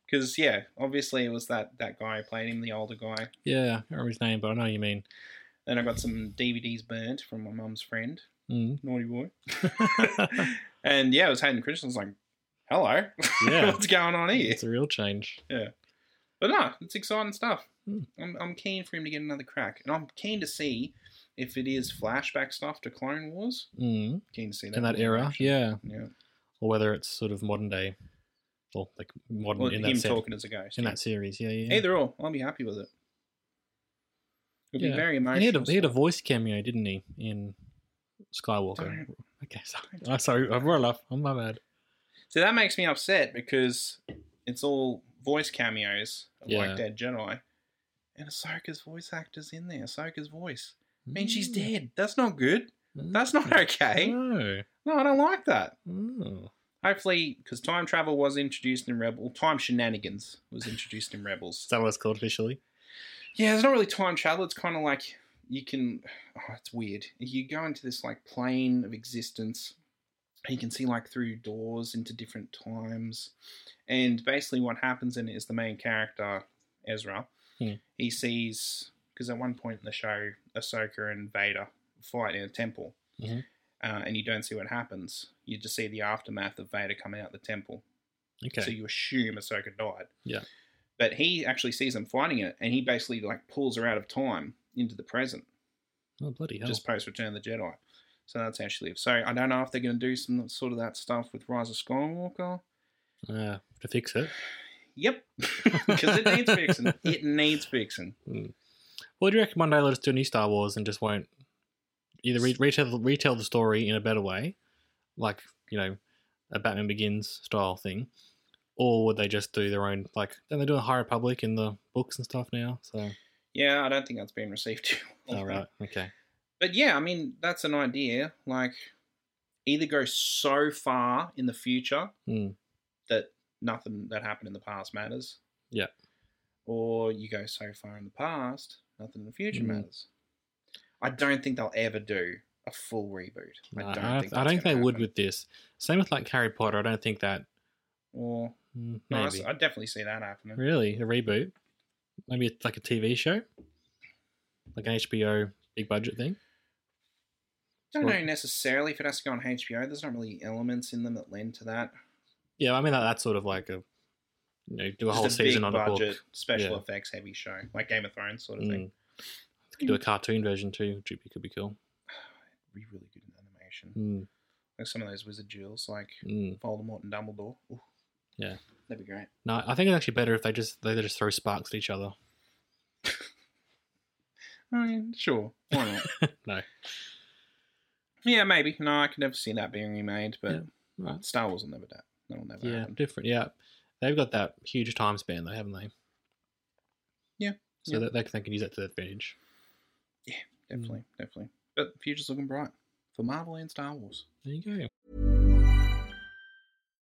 Speaker 1: Because yeah, obviously it was that that guy who played him, the older guy.
Speaker 2: yeah. I can't remember his name, but I know what you mean.
Speaker 1: Then I got some DVDs burnt from my mum's friend,
Speaker 2: Mm.
Speaker 1: naughty boy. and yeah, it was Hayden Christensen's like, hello,
Speaker 2: Yeah.
Speaker 1: what's going on here?
Speaker 2: It's a real change.
Speaker 1: But no, it's exciting stuff.
Speaker 2: Hmm.
Speaker 1: I'm, I'm keen for him to get another crack, and I'm keen to see if it is flashback stuff to Clone Wars.
Speaker 2: Mm.
Speaker 1: Keen to see that
Speaker 2: In that
Speaker 1: one,
Speaker 2: era,
Speaker 1: actually.
Speaker 2: yeah.
Speaker 1: Yeah,
Speaker 2: Or whether it's sort of modern day, well, like modern
Speaker 1: well,
Speaker 2: in
Speaker 1: him
Speaker 2: that set,
Speaker 1: talking as a ghost.
Speaker 2: in
Speaker 1: yeah.
Speaker 2: that series. Yeah, yeah.
Speaker 1: Either or, I'll be happy with it. It'll
Speaker 2: yeah.
Speaker 1: be very
Speaker 2: And
Speaker 1: emotional.
Speaker 2: He had, a, he had a
Speaker 1: stuff.
Speaker 2: voice cameo, didn't he, in Skywalker?
Speaker 1: Don't-
Speaker 2: Okay, sorry. I'm sorry. I've run off. I'm my bad.
Speaker 1: So that makes me upset because it's all voice cameos of
Speaker 2: Yeah.
Speaker 1: like Dead Jedi. And Ahsoka's voice actor's in there. Ahsoka's voice. I mean, she's
Speaker 2: Mm.
Speaker 1: dead. That's not good. That's not
Speaker 2: Mm.
Speaker 1: okay.
Speaker 2: No.
Speaker 1: No, I don't like that.
Speaker 2: Oh.
Speaker 1: Hopefully, because time travel was introduced in Rebel, time shenanigans was introduced in Rebels.
Speaker 2: Is that what it's called officially?
Speaker 1: Yeah, it's not really time travel. It's kind of like you can. Oh, it's weird. You go into this like plane of existence. and You can see like through doors into different times, and basically what happens in it is the main character Ezra.
Speaker 2: Hmm.
Speaker 1: He sees because at one point in the show, Ahsoka and Vader fight in a temple,
Speaker 2: Mhm.
Speaker 1: uh, and you don't see what happens. You just see the aftermath of Vader coming out the temple.
Speaker 2: Okay.
Speaker 1: So you assume Ahsoka died.
Speaker 2: Yeah.
Speaker 1: But he actually sees them fighting it, and he basically like pulls her out of time into the present,
Speaker 2: oh, bloody hell.
Speaker 1: just post Return of the Jedi. So that's actually so. I don't know if they're going to do some sort of that stuff with Rise of Skywalker.
Speaker 2: Uh, to fix it.
Speaker 1: Yep, because it needs fixing. It needs fixing.
Speaker 2: Well, do you reckon one day they'll just do a new Star Wars and just won't either re- retell, the- retell the story in a better way, like, you know, a Batman Begins style thing, or would they just do their own, like, and they do a High Republic in the books and stuff now? So,
Speaker 1: Yeah, I don't think that's been received too. well.
Speaker 2: all right, okay.
Speaker 1: But yeah, I mean that's an idea. Like, either go so far in the future
Speaker 2: Mm.
Speaker 1: that nothing that happened in the past matters.
Speaker 2: Yeah.
Speaker 1: Or you go so far in the past, nothing in the future
Speaker 2: Mm.
Speaker 1: matters. I don't think they'll ever do a full reboot.
Speaker 2: No,
Speaker 1: I don't
Speaker 2: I don't,
Speaker 1: think,
Speaker 2: I
Speaker 1: that's
Speaker 2: don't think they
Speaker 1: gonna
Speaker 2: would
Speaker 1: happen.
Speaker 2: with this. Same with, like, Harry Potter. I don't think that.
Speaker 1: Or
Speaker 2: mm,
Speaker 1: no, I
Speaker 2: Maybe.
Speaker 1: s- I definitely see that happening.
Speaker 2: Really? A reboot? Maybe it's like a TV show? Like an HBO big budget thing?
Speaker 1: Don't
Speaker 2: Well-
Speaker 1: know necessarily if it has to go on HBO. There's not really elements in them that lend to that.
Speaker 2: Yeah, I mean that, that's sort of like a you know do a whole
Speaker 1: Just
Speaker 2: season on a book.
Speaker 1: special
Speaker 2: Yeah.
Speaker 1: effects heavy show, like Game of Thrones sort of thing.
Speaker 2: Mm. Could do a cartoon version too. which would be- could be cool.
Speaker 1: Be really good in animation.
Speaker 2: Mm.
Speaker 1: Like some of those wizard jewels, like
Speaker 2: Mm.
Speaker 1: Voldemort and Dumbledore. Ooh,
Speaker 2: Yeah.
Speaker 1: that'd be great.
Speaker 2: No, I think it's actually better if they just they just throw sparks at each other.
Speaker 1: I mean, sure, why not?
Speaker 2: No,
Speaker 1: Yeah, maybe. No, I could never see that being remade, but
Speaker 2: Yeah, right.
Speaker 1: Star Wars will never do. that. That'll never
Speaker 2: Yeah,
Speaker 1: happen.
Speaker 2: different. Yeah, they've got that huge time span though, haven't they?
Speaker 1: Yeah,
Speaker 2: So
Speaker 1: yeah.
Speaker 2: That, they, can- they can use that to their advantage.
Speaker 1: Definitely,
Speaker 2: Hmm.
Speaker 1: definitely. But the future's looking bright for Marvel and Star Wars.
Speaker 2: There you go.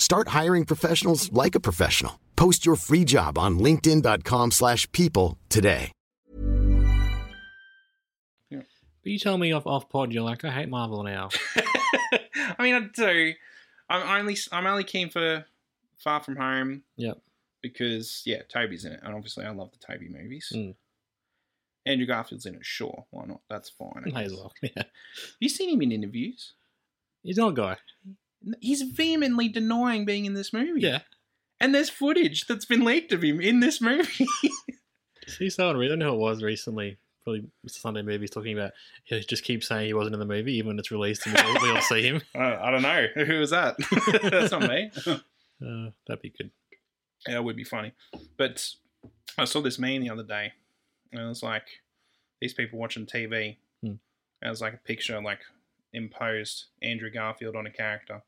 Speaker 4: Start hiring professionals like a professional. Post your free job on linkedin.com/people slash people today.
Speaker 2: But you tell me off off pod, you're like, I hate Marvel now.
Speaker 1: I mean, I do. I'm only I'm only keen for Far From Home
Speaker 2: yep.
Speaker 1: because yeah, Toby's in it, and obviously I love the Toby movies.
Speaker 2: Mm.
Speaker 1: Andrew Garfield's in it, sure, why not? That's fine. I
Speaker 2: May as
Speaker 1: guess.
Speaker 2: well. Yeah.
Speaker 1: Have you seen him in interviews?
Speaker 2: He's an old guy.
Speaker 1: He's vehemently denying being in this movie.
Speaker 2: Yeah.
Speaker 1: and there's footage that's been leaked of him in this movie.
Speaker 2: See someone re- I don't know who it was recently, probably Mr. Sunday movies talking about he just keeps saying he wasn't in the movie, even when it's released and we all, we all see him.
Speaker 1: Oh, I, I don't know who was that. that's not me.
Speaker 2: Uh, that'd be good.
Speaker 1: Yeah, it would be funny. But I saw this meme the other day, and it was like these people watching TV.
Speaker 2: Hmm.
Speaker 1: And it was like a picture, like imposed Andrew Garfield on a character,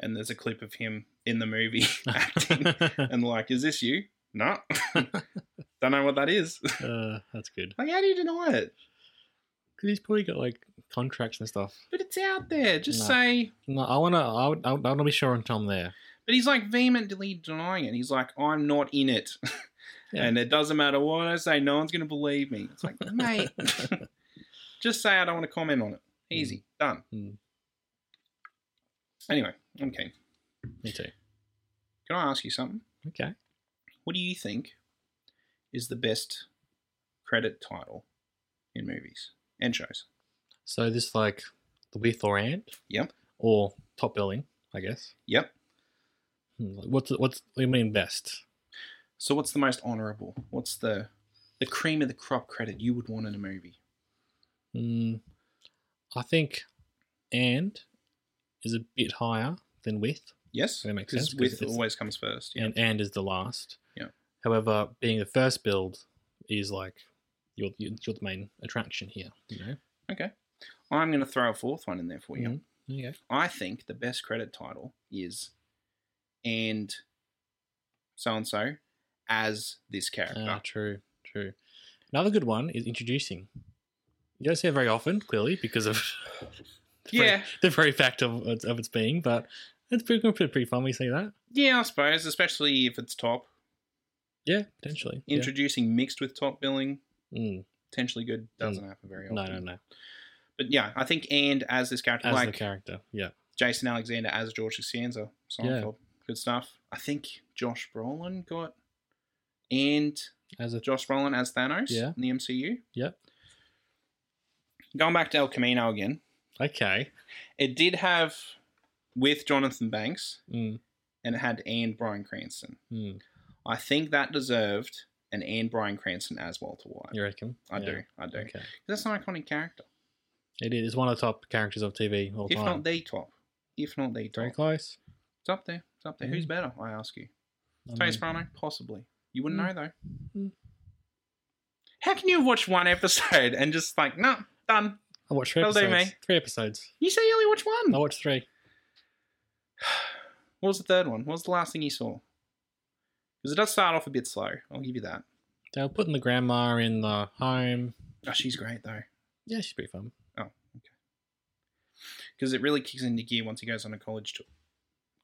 Speaker 1: and there's a clip of him in the movie acting, and like, is this you? No, don't know what that is.
Speaker 2: Uh, that's good.
Speaker 1: like, how do you deny it?
Speaker 2: Because he's probably got like contracts and stuff.
Speaker 1: But it's out there. Just
Speaker 2: No.
Speaker 1: say.
Speaker 2: No, I want to. I would. I would I wanna be sure until I'm there.
Speaker 1: But he's like vehemently denying it. He's like, I'm not in it.
Speaker 2: Yeah.
Speaker 1: And it doesn't matter what I say, no one's going to believe me. It's like, mate, just say I don't want to comment on it.
Speaker 2: Hmm.
Speaker 1: Easy. Done.
Speaker 2: Mm.
Speaker 1: Anyway, okay.
Speaker 2: Me too.
Speaker 1: Can I ask you something?
Speaker 2: Okay.
Speaker 1: What do you think is the best credit title in movies and shows?
Speaker 2: So this like the with or and
Speaker 1: Yep.
Speaker 2: or top billing, I guess.
Speaker 1: Yep.
Speaker 2: Hmm, like, What's what's what do you mean best?
Speaker 1: So what's the most honorable? What's the the cream of the crop credit you would want in a movie?
Speaker 2: Mm, I think and is a bit higher than with,
Speaker 1: Yes?
Speaker 2: That makes
Speaker 1: 'Cause
Speaker 2: sense, 'cause
Speaker 1: With
Speaker 2: it's-
Speaker 1: always comes first. Yeah.
Speaker 2: and and is the last.
Speaker 1: Yeah.
Speaker 2: However, being the first build is like you're you're the main attraction here. You know.
Speaker 1: Okay. I'm going to throw a fourth one in there for you.
Speaker 2: Mhm. Okay.
Speaker 1: I think the best credit title is and so and so as this character.
Speaker 2: Ah, true, true. Another good one is introducing. You don't see it very often, clearly, because of the very,
Speaker 1: Yeah.
Speaker 2: the very fact of, its- of its being. But it's pretty pretty, pretty fun. We see that.
Speaker 1: yeah, I suppose, especially if it's top.
Speaker 2: Yeah, potentially. yeah.
Speaker 1: Introducing mixed with top billing,
Speaker 2: Mm,
Speaker 1: potentially good, doesn't happen very often.
Speaker 2: no, no, no.
Speaker 1: But yeah, I think and as this character,
Speaker 2: As
Speaker 1: like
Speaker 2: the character, yeah.
Speaker 1: Jason Alexander as George Costanza, Seinfeld. Good stuff. I think Josh Brolin got and
Speaker 2: As a
Speaker 1: Josh Brolin as Thanos
Speaker 2: Yeah.
Speaker 1: in the MCU.
Speaker 2: yeah.
Speaker 1: Going back to El Camino again,
Speaker 2: Okay.
Speaker 1: It did have with Jonathan Banks
Speaker 2: Mm,
Speaker 1: and it had Anne Bryan Cranston.
Speaker 2: mm,
Speaker 1: I think that deserved an Anne Bryan Cranston as Walter White.
Speaker 2: you reckon?
Speaker 1: I
Speaker 2: Yeah.
Speaker 1: do, I do.
Speaker 2: Okay.
Speaker 1: That's an iconic character,
Speaker 2: It is. It's one of the top characters of TV all
Speaker 1: if
Speaker 2: time.
Speaker 1: not the top. If not the
Speaker 2: very
Speaker 1: top,
Speaker 2: close.
Speaker 1: it's up there. It's up there. Who's
Speaker 2: Mm.
Speaker 1: better? I ask you.
Speaker 2: I
Speaker 1: Tony
Speaker 2: mean,
Speaker 1: Soprano, possibly. You wouldn't
Speaker 2: Mm.
Speaker 1: know though.
Speaker 2: Mm.
Speaker 1: How can you watch one episode and just like, no, done?
Speaker 2: I watched three
Speaker 1: Well done,
Speaker 2: episodes.
Speaker 1: mate.
Speaker 2: Three episodes.
Speaker 1: You say you only watch one.
Speaker 2: I watched three.
Speaker 1: What was the third one? What was the last thing you saw? Because it does start off a bit slow. I'll give you that.
Speaker 2: They were putting the grandma in the home.
Speaker 1: Oh, she's great though.
Speaker 2: Yeah, she's pretty fun.
Speaker 1: Oh, okay. Because it really kicks into gear once he goes on a college tour.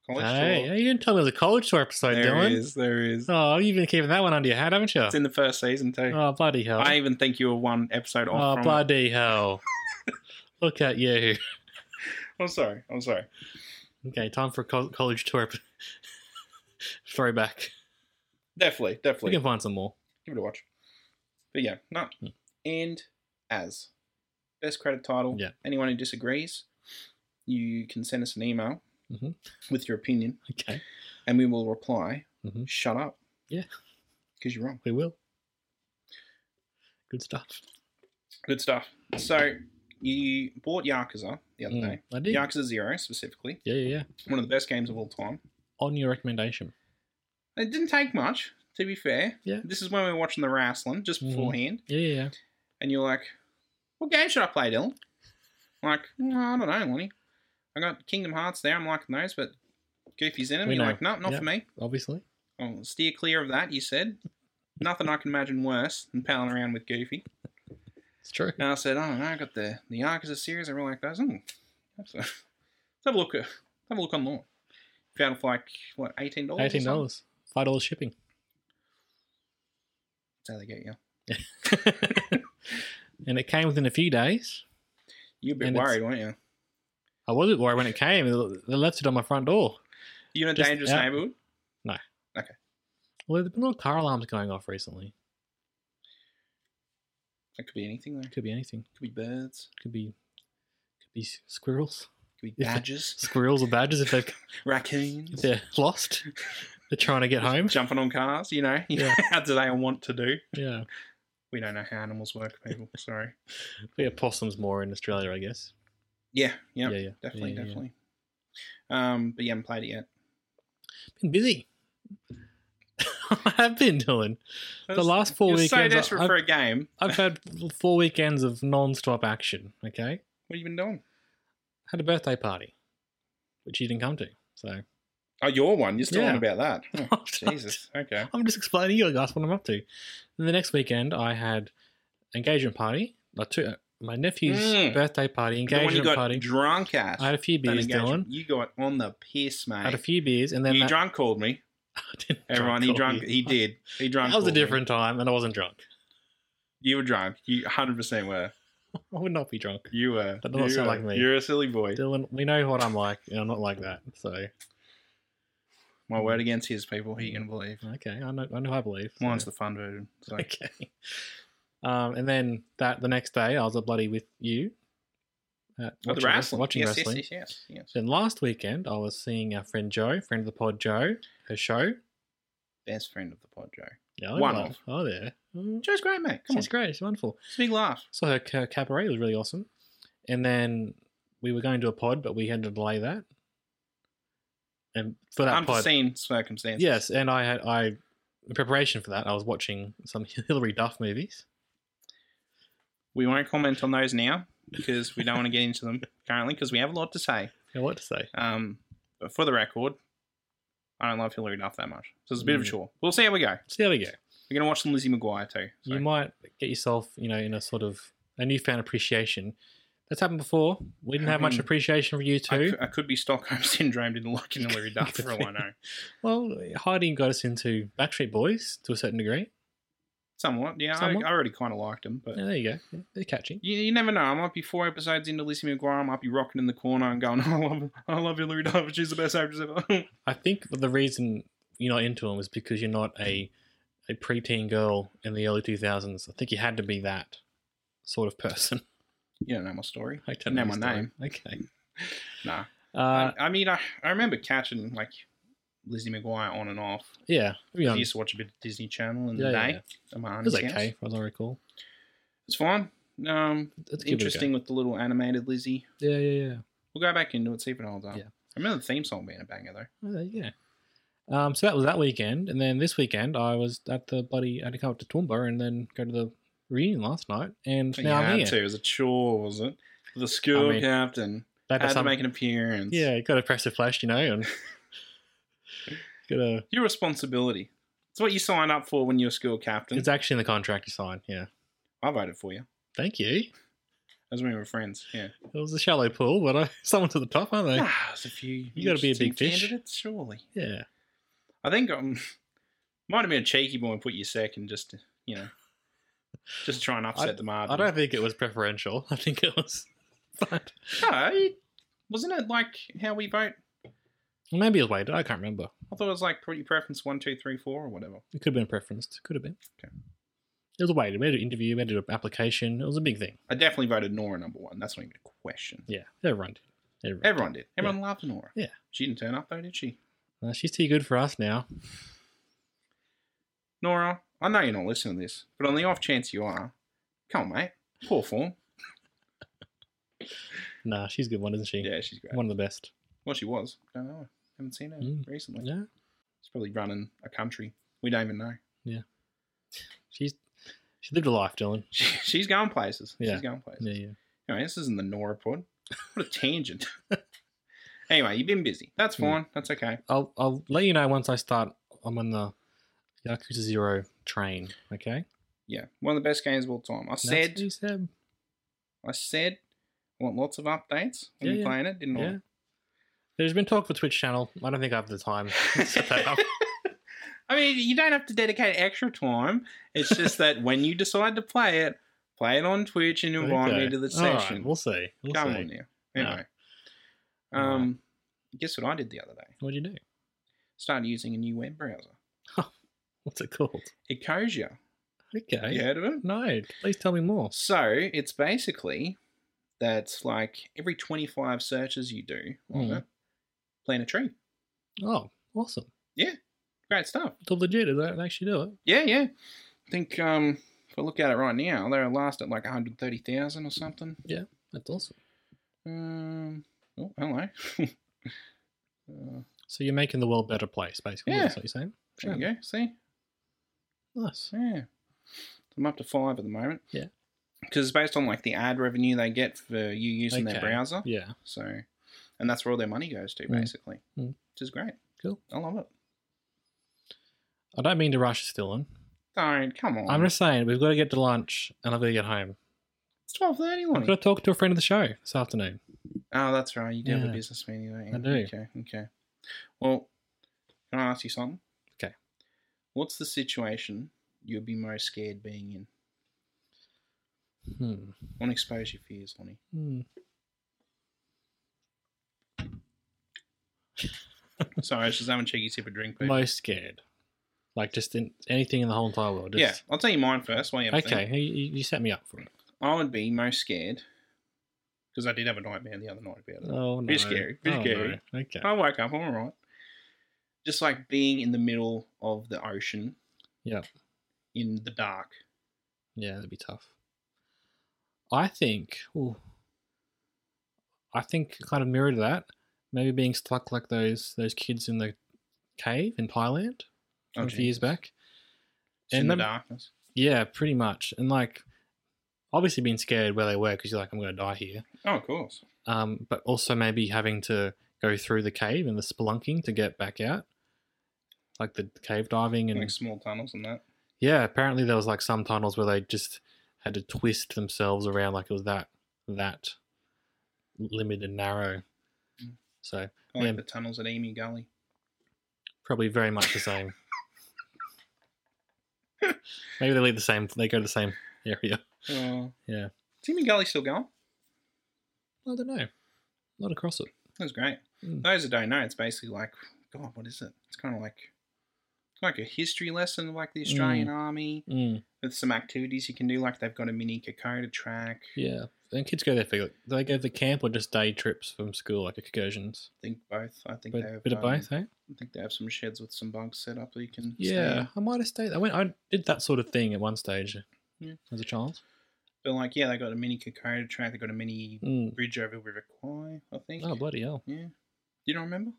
Speaker 1: College
Speaker 2: Hey,
Speaker 1: tour.
Speaker 2: hey, you didn't tell me it was a college tour episode,
Speaker 1: Oh, there
Speaker 2: Dylan.
Speaker 1: is. There is.
Speaker 2: Oh, you've been keeping that one under your hat, haven't you?
Speaker 1: It's in the first season too.
Speaker 2: oh, bloody hell.
Speaker 1: I even think you were one episode off.
Speaker 2: oh,
Speaker 1: from it.
Speaker 2: bloody hell. Look at you.
Speaker 1: I'm Oh, sorry. I'm sorry.
Speaker 2: Okay, time for a col- college tour. ep- Throwback.
Speaker 1: Definitely.
Speaker 2: We
Speaker 1: Definitely.
Speaker 2: can find some more.
Speaker 1: Give it a watch. But yeah, no.
Speaker 2: Hmm.
Speaker 1: And as best credit title.
Speaker 2: Yeah.
Speaker 1: Anyone who disagrees, you can send us an email
Speaker 2: Mhm.
Speaker 1: with your opinion,
Speaker 2: Okay.
Speaker 1: and we will reply.
Speaker 2: Mhm.
Speaker 1: Shut up.
Speaker 2: Yeah.
Speaker 1: Because you're wrong.
Speaker 2: We will. Good stuff.
Speaker 1: Good stuff. So you bought Yakuza the other
Speaker 2: Mm,
Speaker 1: day.
Speaker 2: I did.
Speaker 1: Yakuza Zero specifically,
Speaker 2: Yeah, yeah, yeah.
Speaker 1: one of the best games of all time.
Speaker 2: On your recommendation.
Speaker 1: It didn't take much to be fair.
Speaker 2: Yeah.
Speaker 1: This is when we were watching the wrestling just
Speaker 2: Mhm.
Speaker 1: beforehand,
Speaker 2: Yeah, yeah, yeah.
Speaker 1: and you're like, "What game should I play, Dylan?" I'm like, "Mm, I don't know, Lonnie. I got Kingdom Hearts there. I'm liking those, but Goofy's in them.
Speaker 2: We
Speaker 1: you're
Speaker 2: know.
Speaker 1: like, "No, not
Speaker 2: Yeah.
Speaker 1: for me.
Speaker 2: Obviously.
Speaker 1: I'll steer clear of that." You said. Nothing I can imagine worse than palling around with Goofy.
Speaker 2: It's true.
Speaker 1: And I said, "Oh, no, I got the the Yakuza series. I really like those. Hmm. So, let's have a look. At, have a look online. Found it for like what eighteen dollars.
Speaker 2: Eighteen dollars. Five dollars shipping.
Speaker 1: That's how they get you.
Speaker 2: and it came within a few days.
Speaker 1: You're a bit
Speaker 2: And it's-
Speaker 1: worried, weren't you?
Speaker 2: I wasn't worried when it came. They left it on my front door.
Speaker 1: You in a
Speaker 2: Just
Speaker 1: dangerous
Speaker 2: out-
Speaker 1: neighborhood?
Speaker 2: Well, there's been a lot of car alarms going off recently.
Speaker 1: That could be anything. There
Speaker 2: It could be anything.
Speaker 1: could be birds.
Speaker 2: It could be, could be s- squirrels,
Speaker 1: Could be
Speaker 2: Yeah.
Speaker 1: badgers.
Speaker 2: squirrels or badgers if they've if
Speaker 1: raccoons.
Speaker 2: they're lost. They're trying to get home.
Speaker 1: Jumping on cars. You know.
Speaker 2: Yeah.
Speaker 1: how do they want to do?
Speaker 2: Yeah,
Speaker 1: We don't know how animals work, people. Sorry.
Speaker 2: we have possums more in Australia, I guess.
Speaker 1: Yeah. Yeah.
Speaker 2: Yeah, yeah.
Speaker 1: Definitely.
Speaker 2: Yeah, yeah, yeah.
Speaker 1: definitely. Um, but you haven't played it yet.
Speaker 2: Been busy. I have been doing. The
Speaker 1: That's-
Speaker 2: last four
Speaker 1: You're so
Speaker 2: weekends, I-
Speaker 1: desperate
Speaker 2: I've-
Speaker 1: for a game.
Speaker 2: I've had four weekends of non-stop action. Okay,
Speaker 1: What have you been doing?
Speaker 2: had a birthday party, which you didn't come to. So
Speaker 1: Oh, your one. You're still on
Speaker 2: Yeah.
Speaker 1: about that. Oh,
Speaker 2: I'm not.
Speaker 1: Jesus. Okay.
Speaker 2: I'm just explaining to you guys what I'm up to. And the next weekend, I had engagement party. Like two, uh, my nephew's
Speaker 1: Mm.
Speaker 2: birthday party,
Speaker 1: the one you
Speaker 2: engagement
Speaker 1: got
Speaker 2: party.
Speaker 1: drunk at.
Speaker 2: I had a few
Speaker 1: that
Speaker 2: beers,
Speaker 1: engagement.
Speaker 2: Dylan.
Speaker 1: You got on the piss, mate.
Speaker 2: I had a few beers, and then
Speaker 1: you
Speaker 2: that-
Speaker 1: drunk called me.
Speaker 2: I didn't
Speaker 1: Everyone, he
Speaker 2: drunk all
Speaker 1: drunk.
Speaker 2: year.
Speaker 1: He did. He drunk.
Speaker 2: That was a
Speaker 1: called me.
Speaker 2: different time, and I wasn't drunk.
Speaker 1: You were drunk. You 100 percent were.
Speaker 2: I would not be drunk.
Speaker 1: You were.
Speaker 2: That doesn't
Speaker 1: you
Speaker 2: sound
Speaker 1: were.
Speaker 2: like me.
Speaker 1: You're a silly boy.
Speaker 2: Dylan, we know what I'm like, and I'm not like that. So
Speaker 1: My word against his people. Who you gonna believe?
Speaker 2: okay, I know, I know, I believe. so.
Speaker 1: Mine's the fun version. So.
Speaker 2: okay. Um, and then that the next day, I was a bloody with you. At
Speaker 1: Oh, the
Speaker 2: watching wrestling-
Speaker 1: wrestling.
Speaker 2: watching
Speaker 1: yes,
Speaker 2: wrestling.
Speaker 1: Yes, yes, yes, yes.
Speaker 2: Then last weekend, I was seeing our friend Joe, friend of the pod Joe, her show.
Speaker 1: Best friend of the pod, Joe.
Speaker 2: Yeah, I
Speaker 1: One
Speaker 2: know.
Speaker 1: of.
Speaker 2: Oh, there. Mm,
Speaker 1: Joe's great, mate. Come
Speaker 2: She's
Speaker 1: on.
Speaker 2: great. She's wonderful.
Speaker 1: It's a big laugh.
Speaker 2: So her, her cabaret was really awesome. And then we were going to a pod, but we had to delay that. And for that pod,
Speaker 1: Unforeseen circumstances.
Speaker 2: yes. And I had I, in preparation for that, I was watching some Hillary Duff movies.
Speaker 1: We won't comment on those now because we don't want to get into them currently because we have a lot to say.
Speaker 2: Yeah, what to say?
Speaker 1: Um, but for the record, I don't love Hillary Duff that much. So it's a bit of a
Speaker 2: Mm.
Speaker 1: chore. We'll see how we go.
Speaker 2: So there we go.
Speaker 1: We're going to watch some Lizzie McGuire too. So.
Speaker 2: You might get yourself, you know, in a sort of a newfound appreciation. That's happened before. We didn't have much
Speaker 1: Mm.
Speaker 2: appreciation for you
Speaker 1: I,
Speaker 2: two.
Speaker 1: cou- I could be Stockholm Syndrome, didn't like Hillary Duff for all I know.
Speaker 2: Well, Heidi got us into Backstreet Boys to a certain degree.
Speaker 1: Somewhat, yeah.
Speaker 2: Somewhat.
Speaker 1: I, I already kind of liked him, but
Speaker 2: Yeah, there you go. Yeah, They're catchy.
Speaker 1: you, you never know. I might be four episodes into Lizzie McGuire. I might be rocking in the corner and going, I love, I love Hillary Duff. She's the best actress ever.
Speaker 2: I think the reason you're not into them is because you're not a a preteen girl in the early 2000s. I think you had to be that sort of person.
Speaker 1: you don't know my story.
Speaker 2: I don't
Speaker 1: Know
Speaker 2: know
Speaker 1: my
Speaker 2: your story.
Speaker 1: name. Mm.
Speaker 2: Okay.
Speaker 1: Nah.
Speaker 2: Uh,
Speaker 1: I, I mean, I, I remember catching like Lizzie McGuire on and off.
Speaker 2: yeah. Moving
Speaker 1: I
Speaker 2: on.
Speaker 1: used to watch a bit of Disney Channel in
Speaker 2: Yeah,
Speaker 1: the
Speaker 2: yeah,
Speaker 1: day.
Speaker 2: yeah.
Speaker 1: At my
Speaker 2: It was
Speaker 1: auntie's house.
Speaker 2: okay, as I recall.
Speaker 1: It's fine. Um,
Speaker 2: Let's give it a go.
Speaker 1: interesting with the little animated Lizzie.
Speaker 2: Yeah, yeah, yeah.
Speaker 1: We'll go back into it, see if it holds up.
Speaker 2: Yeah.
Speaker 1: I remember the theme song being a banger though.
Speaker 2: Oh, there you go. Um, so that was that weekend, and then this weekend I was at the bloody I had to come up to Toowoomba and then go to the reunion last night, and now
Speaker 1: you
Speaker 2: I'm
Speaker 1: had
Speaker 2: here.
Speaker 1: to. It was a chore, was it? The school
Speaker 2: I mean,
Speaker 1: captain
Speaker 2: They had to
Speaker 1: had to
Speaker 2: some-
Speaker 1: make an appearance.
Speaker 2: yeah, got a press of flesh, you know, and got a.
Speaker 1: Your responsibility. It's what you signed up for when you're school captain.
Speaker 2: It's actually in the contract you signed. Yeah,
Speaker 1: I voted for you.
Speaker 2: thank you.
Speaker 1: As when we were friends. Yeah.
Speaker 2: It was a shallow pool, but I, someone's at the top, aren't they?
Speaker 1: Ah, there's a few.
Speaker 2: You gotta be a big
Speaker 1: interesting
Speaker 2: fish.
Speaker 1: Candidates, surely.
Speaker 2: Yeah,
Speaker 1: I think um, might have been a cheeky boy and put you second just to, you know, just to try and upset
Speaker 2: I,
Speaker 1: the margin.
Speaker 2: I don't think it was preferential. I think it was, but
Speaker 1: No, you- wasn't it like how we vote?
Speaker 2: maybe it was weighted. I can't remember.
Speaker 1: I thought it was like pre- preference one, two, three, four, or whatever.
Speaker 2: It could have been preferenced. Could have been.
Speaker 1: Okay.
Speaker 2: It was weighted. We had an interview. We had an application. It was a big thing.
Speaker 1: I definitely voted Nora number one. That's not even a question.
Speaker 2: Yeah, everyone did. Everyone.
Speaker 1: Everyone did. Everyone loved Nora.
Speaker 2: Yeah.
Speaker 1: She didn't turn up though, did she?
Speaker 2: Uh, she's too good for us now.
Speaker 1: Nora, I know you're not listening to this, but on the off chance you are, come on, mate. Poor form.
Speaker 2: Nah, she's a good one, isn't she?
Speaker 1: Yeah, she's great.
Speaker 2: One of the best.
Speaker 1: Well, she was. Don't know. Haven't seen her
Speaker 2: Mm.
Speaker 1: recently.
Speaker 2: Yeah.
Speaker 1: She's probably running a country. We don't even know.
Speaker 2: She's she lived a life, Dylan.
Speaker 1: She, she's going places.
Speaker 2: Yeah.
Speaker 1: She's going places.
Speaker 2: Yeah, yeah.
Speaker 1: Anyway, this isn't the Nora pod. What a tangent. anyway, you've been busy. That's
Speaker 2: Yeah.
Speaker 1: fine. That's okay.
Speaker 2: I'll I'll let you know once I start. I'm on the Yakuza Zero train. Okay.
Speaker 1: Yeah, one of the best games of all time. I
Speaker 2: That's
Speaker 1: said.
Speaker 2: what you said.
Speaker 1: I said. I want lots of updates when
Speaker 2: Yeah,
Speaker 1: you're
Speaker 2: yeah.
Speaker 1: playing it, didn't
Speaker 2: Yeah. There's been talk of a Twitch channel. I don't think I have the time to set that
Speaker 1: I?
Speaker 2: up.
Speaker 1: I mean, you don't have to dedicate extra time. It's just that when you decide to play it, play it on Twitch and invite
Speaker 2: Okay.
Speaker 1: me to the
Speaker 2: All right,
Speaker 1: session.
Speaker 2: we'll see. We'll
Speaker 1: Come
Speaker 2: see.
Speaker 1: on now.
Speaker 2: No.
Speaker 1: Anyway,
Speaker 2: All right.
Speaker 1: um, guess what I did the other day?
Speaker 2: What'd you do?
Speaker 1: Started using a new web browser.
Speaker 2: What's it called?
Speaker 1: Ecosia.
Speaker 2: Okay.
Speaker 1: You heard of it?
Speaker 2: No, please tell me more.
Speaker 1: So it's basically that like every 25 searches you do on
Speaker 2: Mm.
Speaker 1: it, plant a tree.
Speaker 2: Oh, awesome.
Speaker 1: Great stuff.
Speaker 2: It's all legit. They don't actually do it.
Speaker 1: Yeah, yeah. I think um, if I look at it right now, they're last at like 130,000 or something.
Speaker 2: That's awesome.
Speaker 1: Um, oh, hello. uh,
Speaker 2: So you're making the world a better place, basically.
Speaker 1: Yeah.
Speaker 2: That's what you're saying.
Speaker 1: there you go. See?
Speaker 2: Nice.
Speaker 1: Yeah. I'm up to five at the moment.
Speaker 2: Yeah.
Speaker 1: Because it's based on like the ad revenue they get for you using their
Speaker 2: Okay.
Speaker 1: browser.
Speaker 2: Yeah.
Speaker 1: So, and that's where all their money goes to,
Speaker 2: Mm.
Speaker 1: basically,
Speaker 2: Mm.
Speaker 1: which is great.
Speaker 2: Cool.
Speaker 1: I love it.
Speaker 2: I don't mean to rush us, Dylan.
Speaker 1: Don't come on.
Speaker 2: I'm just saying we've got to get to lunch and I've got to get home.
Speaker 1: it's twelve thirty.
Speaker 2: I've got to talk to a friend of the show this afternoon.
Speaker 1: Oh, that's right. You do have a
Speaker 2: Yeah.
Speaker 1: business meeting, don't you?
Speaker 2: I do.
Speaker 1: Okay, okay. Well, can I ask you something?
Speaker 2: Okay.
Speaker 1: What's the situation you'd be most scared being in?
Speaker 2: Hmm.
Speaker 1: I want to expose your fears, Lonnie.
Speaker 2: Hmm.
Speaker 1: Sorry, I was just having a cheeky sip of drink. But...
Speaker 2: Most scared. Like just in anything in the whole entire world.
Speaker 1: Yeah,
Speaker 2: Just,
Speaker 1: I'll tell you mine first. While you have a think.
Speaker 2: Okay. You, you you set me up for it.
Speaker 1: I would be most scared because I did have a nightmare the other night about it.
Speaker 2: Oh, no.
Speaker 1: Bit scary, bit
Speaker 2: Oh,
Speaker 1: scary.
Speaker 2: no. Okay.
Speaker 1: I woke up, I'm all right. Just like being in the middle of the ocean
Speaker 2: Yeah.
Speaker 1: in the dark.
Speaker 2: Yeah, that'd be tough. I think, ooh, I think kind of mirrored that. Maybe being stuck like those those kids in the cave in Thailand
Speaker 1: Oh,
Speaker 2: a few years
Speaker 1: Jesus.
Speaker 2: back.
Speaker 1: Just in
Speaker 2: And
Speaker 1: the
Speaker 2: then-
Speaker 1: darkness.
Speaker 2: Yeah, pretty much. And like, obviously being scared where they were because you're like, I'm going to die here.
Speaker 1: Oh, of course.
Speaker 2: Um, but also maybe having to go through the cave and the spelunking to get back out, like the cave diving and
Speaker 1: like small tunnels and that.
Speaker 2: Yeah, apparently there was like some tunnels where they just had to twist themselves around, like it was that that limited and narrow. So
Speaker 1: Like
Speaker 2: Yeah.
Speaker 1: the tunnels at Emu Gully.
Speaker 2: probably very much the same. Maybe they lead the same. They go to the same area.
Speaker 1: Oh.
Speaker 2: Yeah,
Speaker 1: Is Emu Gully still going?
Speaker 2: I don't know. Not across it.
Speaker 1: That's great.
Speaker 2: Mm.
Speaker 1: Those that don't know, it's basically like, God, what is it? It's kind of like like a history lesson of like
Speaker 2: Hmm.
Speaker 1: the Australian Army
Speaker 2: Mm,
Speaker 1: with some activities you can do. Like they've got a mini Kokoda track.
Speaker 2: yeah, and kids go there for like, do they go to camp or just day trips from school, like excursions.
Speaker 1: I think both. I think
Speaker 2: But
Speaker 1: they have
Speaker 2: bit of
Speaker 1: um,
Speaker 2: both, eh?
Speaker 1: I think they have some sheds with some bugs set up that you can. stay
Speaker 2: Yeah,
Speaker 1: in.
Speaker 2: I might have stayed. I went. I did that sort of thing at one stage
Speaker 1: Yeah.
Speaker 2: as a child.
Speaker 1: But like, yeah, they got a mini Kokoda track. They got a mini
Speaker 2: Mm.
Speaker 1: bridge over River Kwai. I think.
Speaker 2: Oh bloody hell!
Speaker 1: yeah. You don't remember?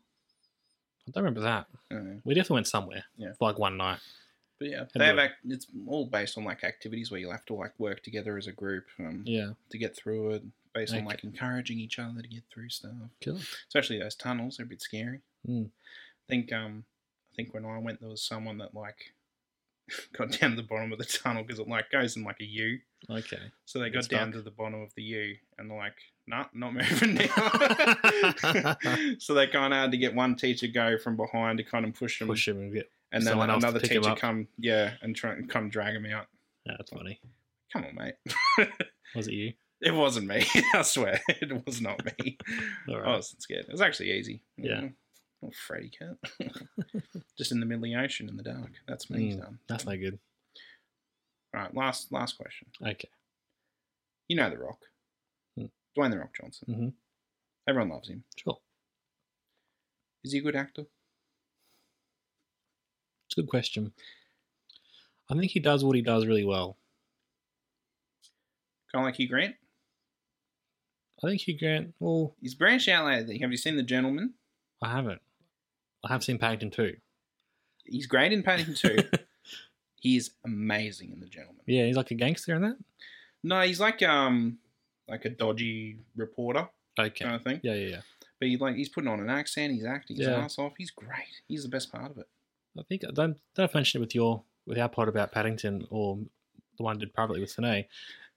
Speaker 2: I don't remember that.
Speaker 1: I don't know.
Speaker 2: We definitely went somewhere.
Speaker 1: Yeah.
Speaker 2: For like one night.
Speaker 1: But yeah,
Speaker 2: And
Speaker 1: they have
Speaker 2: the-
Speaker 1: act, it's all based on like activities where you'll have to like work together as a group um,
Speaker 2: Yeah.
Speaker 1: to get through it, based on
Speaker 2: Okay.
Speaker 1: like encouraging each other to get through stuff.
Speaker 2: Cool.
Speaker 1: Especially those tunnels, they're a bit scary.
Speaker 2: Mm.
Speaker 1: I think um, I think when I went, there was someone that like got down the bottom of the tunnel because it like goes in like a U.
Speaker 2: Okay.
Speaker 1: So they got
Speaker 2: Gets
Speaker 1: down
Speaker 2: dark.
Speaker 1: to the bottom of the U and they're like, nah, not moving now. so they kind of had to get one teacher go from behind to kind of push him,
Speaker 2: Push him and get.
Speaker 1: and then
Speaker 2: someone else to
Speaker 1: another
Speaker 2: pick him
Speaker 1: teacher
Speaker 2: up.
Speaker 1: come, yeah, and try and come drag him out.
Speaker 2: Yeah, that's funny.
Speaker 1: Come on, mate.
Speaker 2: Was it you?
Speaker 1: it wasn't me. I swear, it was not me.
Speaker 2: All right.
Speaker 1: I wasn't scared. It was actually easy.
Speaker 2: Yeah.
Speaker 1: Not Freddy Cat. Just in the middle of the ocean in the dark. That's me
Speaker 2: Mm,
Speaker 1: done.
Speaker 2: That's no good.
Speaker 1: All right, last last question.
Speaker 2: Okay.
Speaker 1: You know The Rock.
Speaker 2: Hmm.
Speaker 1: Dwayne The Rock Johnson.
Speaker 2: hmm
Speaker 1: Everyone loves him.
Speaker 2: Sure.
Speaker 1: Is he a good actor?
Speaker 2: It's a good question. I think he does what he does really well.
Speaker 1: Kind of like Hugh Grant?
Speaker 2: I think Hugh Grant. Well,
Speaker 1: He's branched out lately. Have you seen The Gentleman?
Speaker 2: I haven't. I have seen Paddington too.
Speaker 1: He's great in Paddington 2. he is amazing in The Gentleman.
Speaker 2: Yeah, he's like a gangster in that.
Speaker 1: No, he's like um like a dodgy reporter
Speaker 2: Okay.
Speaker 1: kind of thing.
Speaker 2: Yeah, yeah, yeah.
Speaker 1: But he, like he's putting on an accent, he's acting his
Speaker 2: Yeah.
Speaker 1: ass off. He's great. He's the best part of it.
Speaker 2: I think I don't, don't mention it with your with our pod about Paddington or the one I did privately with Sine,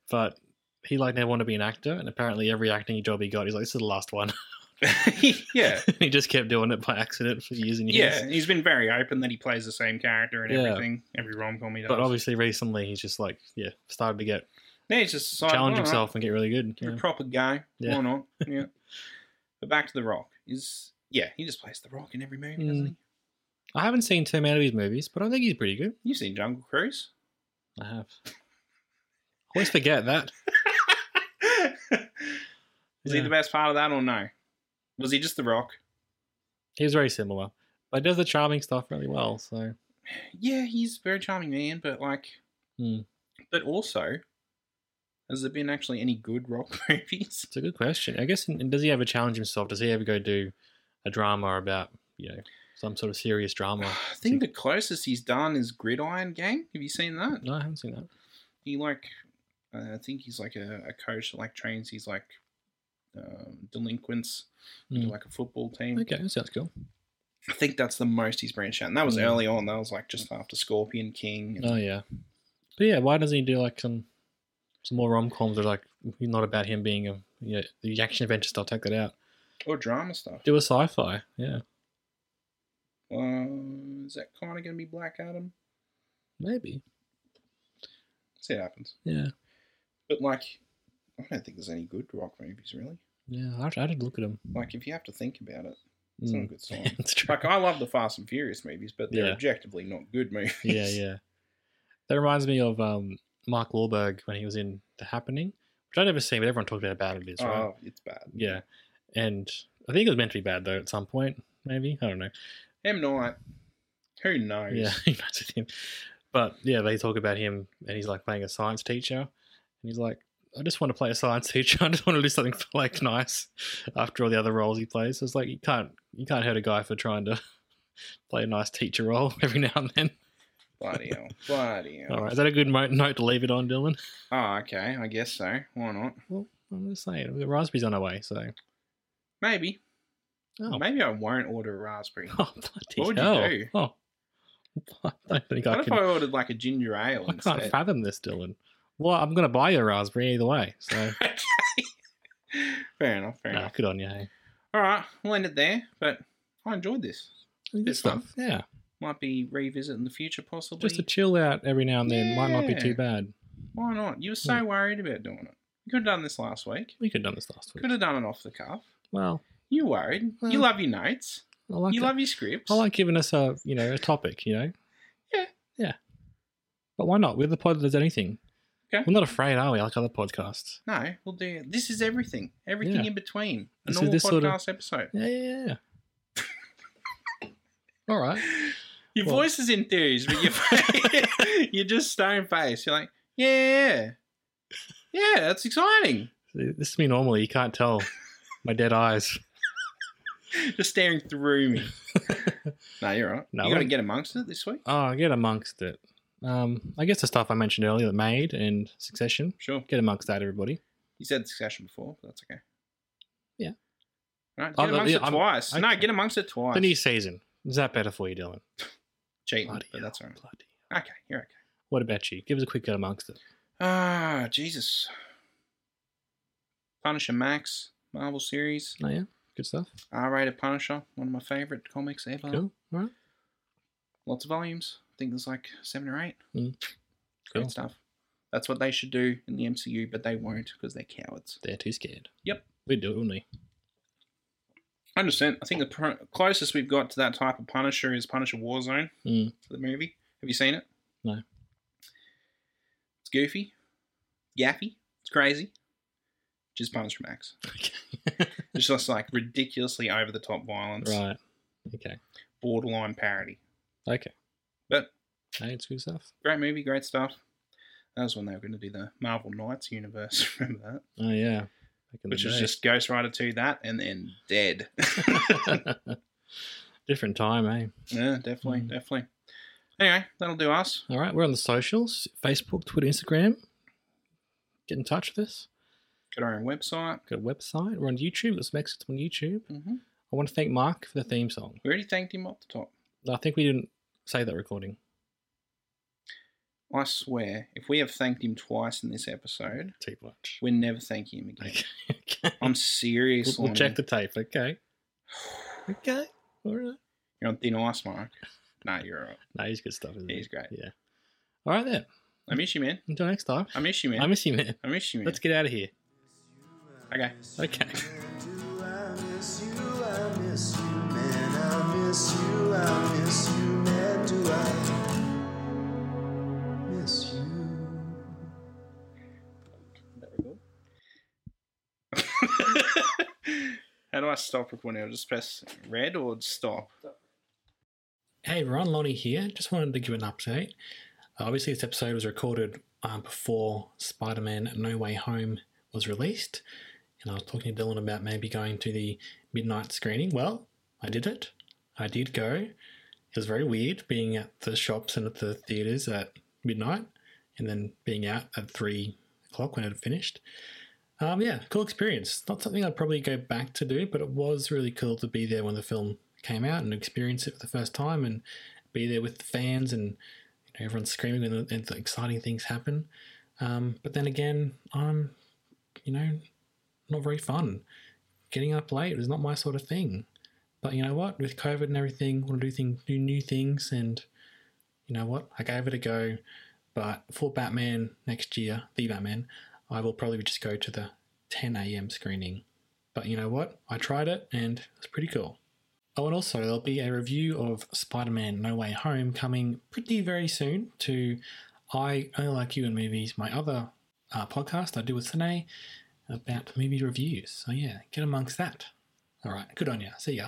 Speaker 2: but he like never wanted to be an actor, and apparently every acting job he got, he's like, "This is the last one."
Speaker 1: yeah.
Speaker 2: he just kept doing it by accident for years and years.
Speaker 1: Yeah, he's been very open that he plays the same character and
Speaker 2: Yeah.
Speaker 1: everything. Every rom com he does.
Speaker 2: But obviously, recently he's just like, yeah, started to get
Speaker 1: now he's just decided,
Speaker 2: challenge
Speaker 1: "All right,
Speaker 2: himself and get really good.
Speaker 1: You're
Speaker 2: yeah.
Speaker 1: a proper guy.
Speaker 2: Yeah.
Speaker 1: Why not? Yeah. but back to The Rock. Is yeah, he just plays The Rock in every movie, doesn't
Speaker 2: Mm.
Speaker 1: he?
Speaker 2: I haven't seen too many of his movies, but I think he's pretty good.
Speaker 1: You've seen Jungle Cruise.
Speaker 2: I have. Always forget that.
Speaker 1: Is he
Speaker 2: Yeah.
Speaker 1: the best part of that or no? Was he just The Rock?
Speaker 2: He was very similar, but does the charming stuff really well. So
Speaker 1: Yeah, he's a very charming man, but like,
Speaker 2: Hmm.
Speaker 1: but also, has there been actually any good Rock movies?
Speaker 2: it's a good question. I guess. And does he ever challenge himself? Does he ever go do a drama about you know some sort of serious drama?
Speaker 1: I think the closest he's done is Gridiron Gang. Have you seen that?
Speaker 2: no, I haven't seen that.
Speaker 1: He like, uh, I think he's like a, a coach that like trains these like um, delinquents into
Speaker 2: Hmm.
Speaker 1: like a football team.
Speaker 2: Okay, that sounds cool.
Speaker 1: I think that's the most he's branched out, and that was
Speaker 2: Hmm.
Speaker 1: early on. That was like just after Scorpion King. and-
Speaker 2: Oh yeah, but yeah, why doesn't he do like some some more rom coms that are like not about him being a you know, the action adventure stuff? Take that out.
Speaker 1: or drama stuff.
Speaker 2: Do a sci-fi. Yeah,
Speaker 1: Uh, is that kind of going to be Black Adam?
Speaker 2: maybe.
Speaker 1: See what happens.
Speaker 2: Yeah.
Speaker 1: But like, I don't think there's any good rock movies really.
Speaker 2: Yeah, I, I did look at him.
Speaker 1: Like, if you have to think about it, it's not a
Speaker 2: Mm.
Speaker 1: good sign.
Speaker 2: It's true.
Speaker 1: like, I love the Fast and Furious movies, but they're
Speaker 2: Yeah.
Speaker 1: objectively not good movies.
Speaker 2: yeah, yeah. That reminds me of um, Mark Wahlberg when he was in The Happening, which I'd never seen, but everyone talked about how bad it is,
Speaker 1: Oh,
Speaker 2: right?
Speaker 1: it's bad.
Speaker 2: Yeah. And I think it was meant to be bad, though, at some point, maybe. I don't know.
Speaker 1: M Night. Who knows?
Speaker 2: Yeah, he messed with him. But yeah, they talk about him, and he's like playing a science teacher. And he's like, I just want to play a science teacher. I just want to do something like nice after all the other roles he plays. It's like you can't you can't hurt a guy for trying to play a nice teacher role every now and then.
Speaker 1: Bloody hell. Bloody hell.
Speaker 2: All right, is that a good mo- note to leave it on, Dylan?
Speaker 1: Oh, okay. I guess so. Why not?
Speaker 2: Well, I'm just saying, the raspberries on our way, so.
Speaker 1: Maybe.
Speaker 2: Oh,
Speaker 1: Maybe I won't order a raspberry.
Speaker 2: oh bloody
Speaker 1: What would you
Speaker 2: hell.
Speaker 1: do?
Speaker 2: Oh, I don't think I
Speaker 1: What if
Speaker 2: can.
Speaker 1: I
Speaker 2: I,
Speaker 1: ordered like a ginger ale
Speaker 2: can't
Speaker 1: instead?
Speaker 2: fathom this, Dylan. Well, I'm going to buy you a raspberry either way, so.
Speaker 1: fair enough. Fair
Speaker 2: nah,
Speaker 1: enough.
Speaker 2: good on you, hey.
Speaker 1: All right. We'll end it there. But I enjoyed this.
Speaker 2: Good
Speaker 1: stuff.
Speaker 2: stuff. Yeah,
Speaker 1: Might be revisit in the future, possibly.
Speaker 2: just to chill out every now and then might not be
Speaker 1: Yeah.
Speaker 2: too bad.
Speaker 1: Why not? You were
Speaker 2: Hmm.
Speaker 1: so worried about doing it. You could have done this last week.
Speaker 2: We could have done this last week.
Speaker 1: Could have done it off the cuff.
Speaker 2: Well,
Speaker 1: You worried.
Speaker 2: Well,
Speaker 1: you love your notes.
Speaker 2: I like
Speaker 1: you
Speaker 2: it.
Speaker 1: love your scripts.
Speaker 2: I like giving us a you know a topic, you know.
Speaker 1: Yeah.
Speaker 2: yeah. But why not? We're the pod that does anything.
Speaker 1: Okay.
Speaker 2: We're not afraid, are we? Like other podcasts.
Speaker 1: No, we'll do it. This is everything. Everything
Speaker 2: Yeah.
Speaker 1: in between. A
Speaker 2: This is
Speaker 1: normal
Speaker 2: this
Speaker 1: podcast
Speaker 2: sort of-
Speaker 1: episode.
Speaker 2: Yeah, yeah, yeah. All right.
Speaker 1: Your
Speaker 2: Well-
Speaker 1: voice is enthused, but you're, you're just stone faced. You're like, yeah. Yeah, that's exciting.
Speaker 2: This is me normally. You can't tell my dead eyes.
Speaker 1: Just staring through me. no, you're right.
Speaker 2: No,
Speaker 1: you got to
Speaker 2: we-
Speaker 1: get amongst it this week?
Speaker 2: Oh, I get amongst it. Um, I guess the stuff I mentioned earlier, the maid and succession.
Speaker 1: Sure.
Speaker 2: Get amongst that, everybody.
Speaker 1: You said discussion before, but that's okay.
Speaker 2: Yeah.
Speaker 1: All right,
Speaker 2: Oh,
Speaker 1: get
Speaker 2: no,
Speaker 1: amongst
Speaker 2: yeah,
Speaker 1: it
Speaker 2: I'm-
Speaker 1: twice.
Speaker 2: I-
Speaker 1: no, get amongst it twice.
Speaker 2: The new season. Is that better for you, Dylan?
Speaker 1: Cheating,
Speaker 2: Bloody
Speaker 1: but
Speaker 2: hell,
Speaker 1: that's all right.
Speaker 2: bloody.
Speaker 1: Okay, you're okay.
Speaker 2: What about you? Give us a quick get amongst it.
Speaker 1: Ah, Jesus. Punisher Max, Marvel series.
Speaker 2: Oh, yeah. Good stuff.
Speaker 1: R-rated Punisher, one of my favorite comics ever.
Speaker 2: Cool. All right.
Speaker 1: Lots of volumes. I think there's like seven or eight.
Speaker 2: Mm.
Speaker 1: Great
Speaker 2: Cool.
Speaker 1: stuff. That's what they should do in the MCU, but they won't because they're cowards.
Speaker 2: They're too scared.
Speaker 1: Yep.
Speaker 2: We'd do it, wouldn't we?
Speaker 1: I understand. I think the pro- closest we've got to that type of Punisher is Punisher Warzone,
Speaker 2: Mm.
Speaker 1: the movie. Have you seen it?
Speaker 2: No.
Speaker 1: It's goofy, yappy, it's crazy. Just Punisher Max. It's just like ridiculously over the top violence,
Speaker 2: right. Okay.
Speaker 1: borderline parody.
Speaker 2: Okay.
Speaker 1: But
Speaker 2: Hey, it's good stuff.
Speaker 1: great movie, great stuff. That was when they were going to do the Marvel Knights universe. Remember that?
Speaker 2: Oh, yeah. Back in the
Speaker 1: Which was
Speaker 2: day.
Speaker 1: just Ghost Rider 2, that, and then Dead.
Speaker 2: Did Different time, eh?
Speaker 1: Yeah, definitely,
Speaker 2: Mm.
Speaker 1: definitely. Anyway, that'll do us.
Speaker 2: All right, we're on the socials Facebook, Twitter, Instagram. Get in touch with us.
Speaker 1: Got our own website.
Speaker 2: Got a website. We're on YouTube. Let's make it on YouTube.
Speaker 1: Mhm.
Speaker 2: I want to thank Mark for the theme song.
Speaker 1: We already thanked him off the top.
Speaker 2: I think we didn't say that recording.
Speaker 1: I swear, if we have thanked him twice in this episode,
Speaker 2: Too much.
Speaker 1: we're never thanking him again.
Speaker 2: Okay. okay.
Speaker 1: I'm serious.
Speaker 2: We'll, we'll check the
Speaker 1: Lonnie.
Speaker 2: tape. Okay. Okay. All right.
Speaker 1: You're on thin ice, Mark. Nah, you're all right.
Speaker 2: No, he's good stuff. Isn't
Speaker 1: Yeah,
Speaker 2: he?
Speaker 1: he's great.
Speaker 2: Yeah. All right then.
Speaker 1: I miss you, man.
Speaker 2: Until next time.
Speaker 1: I miss you, man.
Speaker 2: I miss you, man.
Speaker 1: I miss you, man.
Speaker 2: Let's get out of here.
Speaker 1: okay.
Speaker 2: Okay.
Speaker 3: Do I miss you? I miss you, man. I miss you. I miss you, man. Do I miss you?
Speaker 1: How do I stop recording? I'll just press red or stop.
Speaker 2: Hey everyone, Lonnie here. Just wanted to give an update. Uh, Obviously, this episode was recorded um, before Spider Man No Way Home was released, and I was talking to Dylan about maybe going to the midnight screening. Well, I did it. I did go. It was very weird being at the shops and at the theatres at midnight, and then being out at three o'clock when it had finished. Um, yeah, cool experience. Not something I'd probably go back to do, but it was really cool to be there when the film came out and experience it for the first time and be there with the fans and you know, everyone screaming when the, and the exciting things happen. Um, but then again, I'm, you know, not very fun. Getting up late is not my sort of thing. But you know what? With COVID and everything, want to do things, do new things, and you know what? I gave it a go. But for Batman next year, the Batman, I will probably just go to the 10 a.m. screening. But you know what? I tried it and it's pretty cool. Oh, and also there'll be a review of Spider Man No Way Home coming pretty very soon to I Only Like You in Movies, my other uh, podcast I do with Sine about movie reviews. So yeah, get amongst that. All right, good on you. See ya.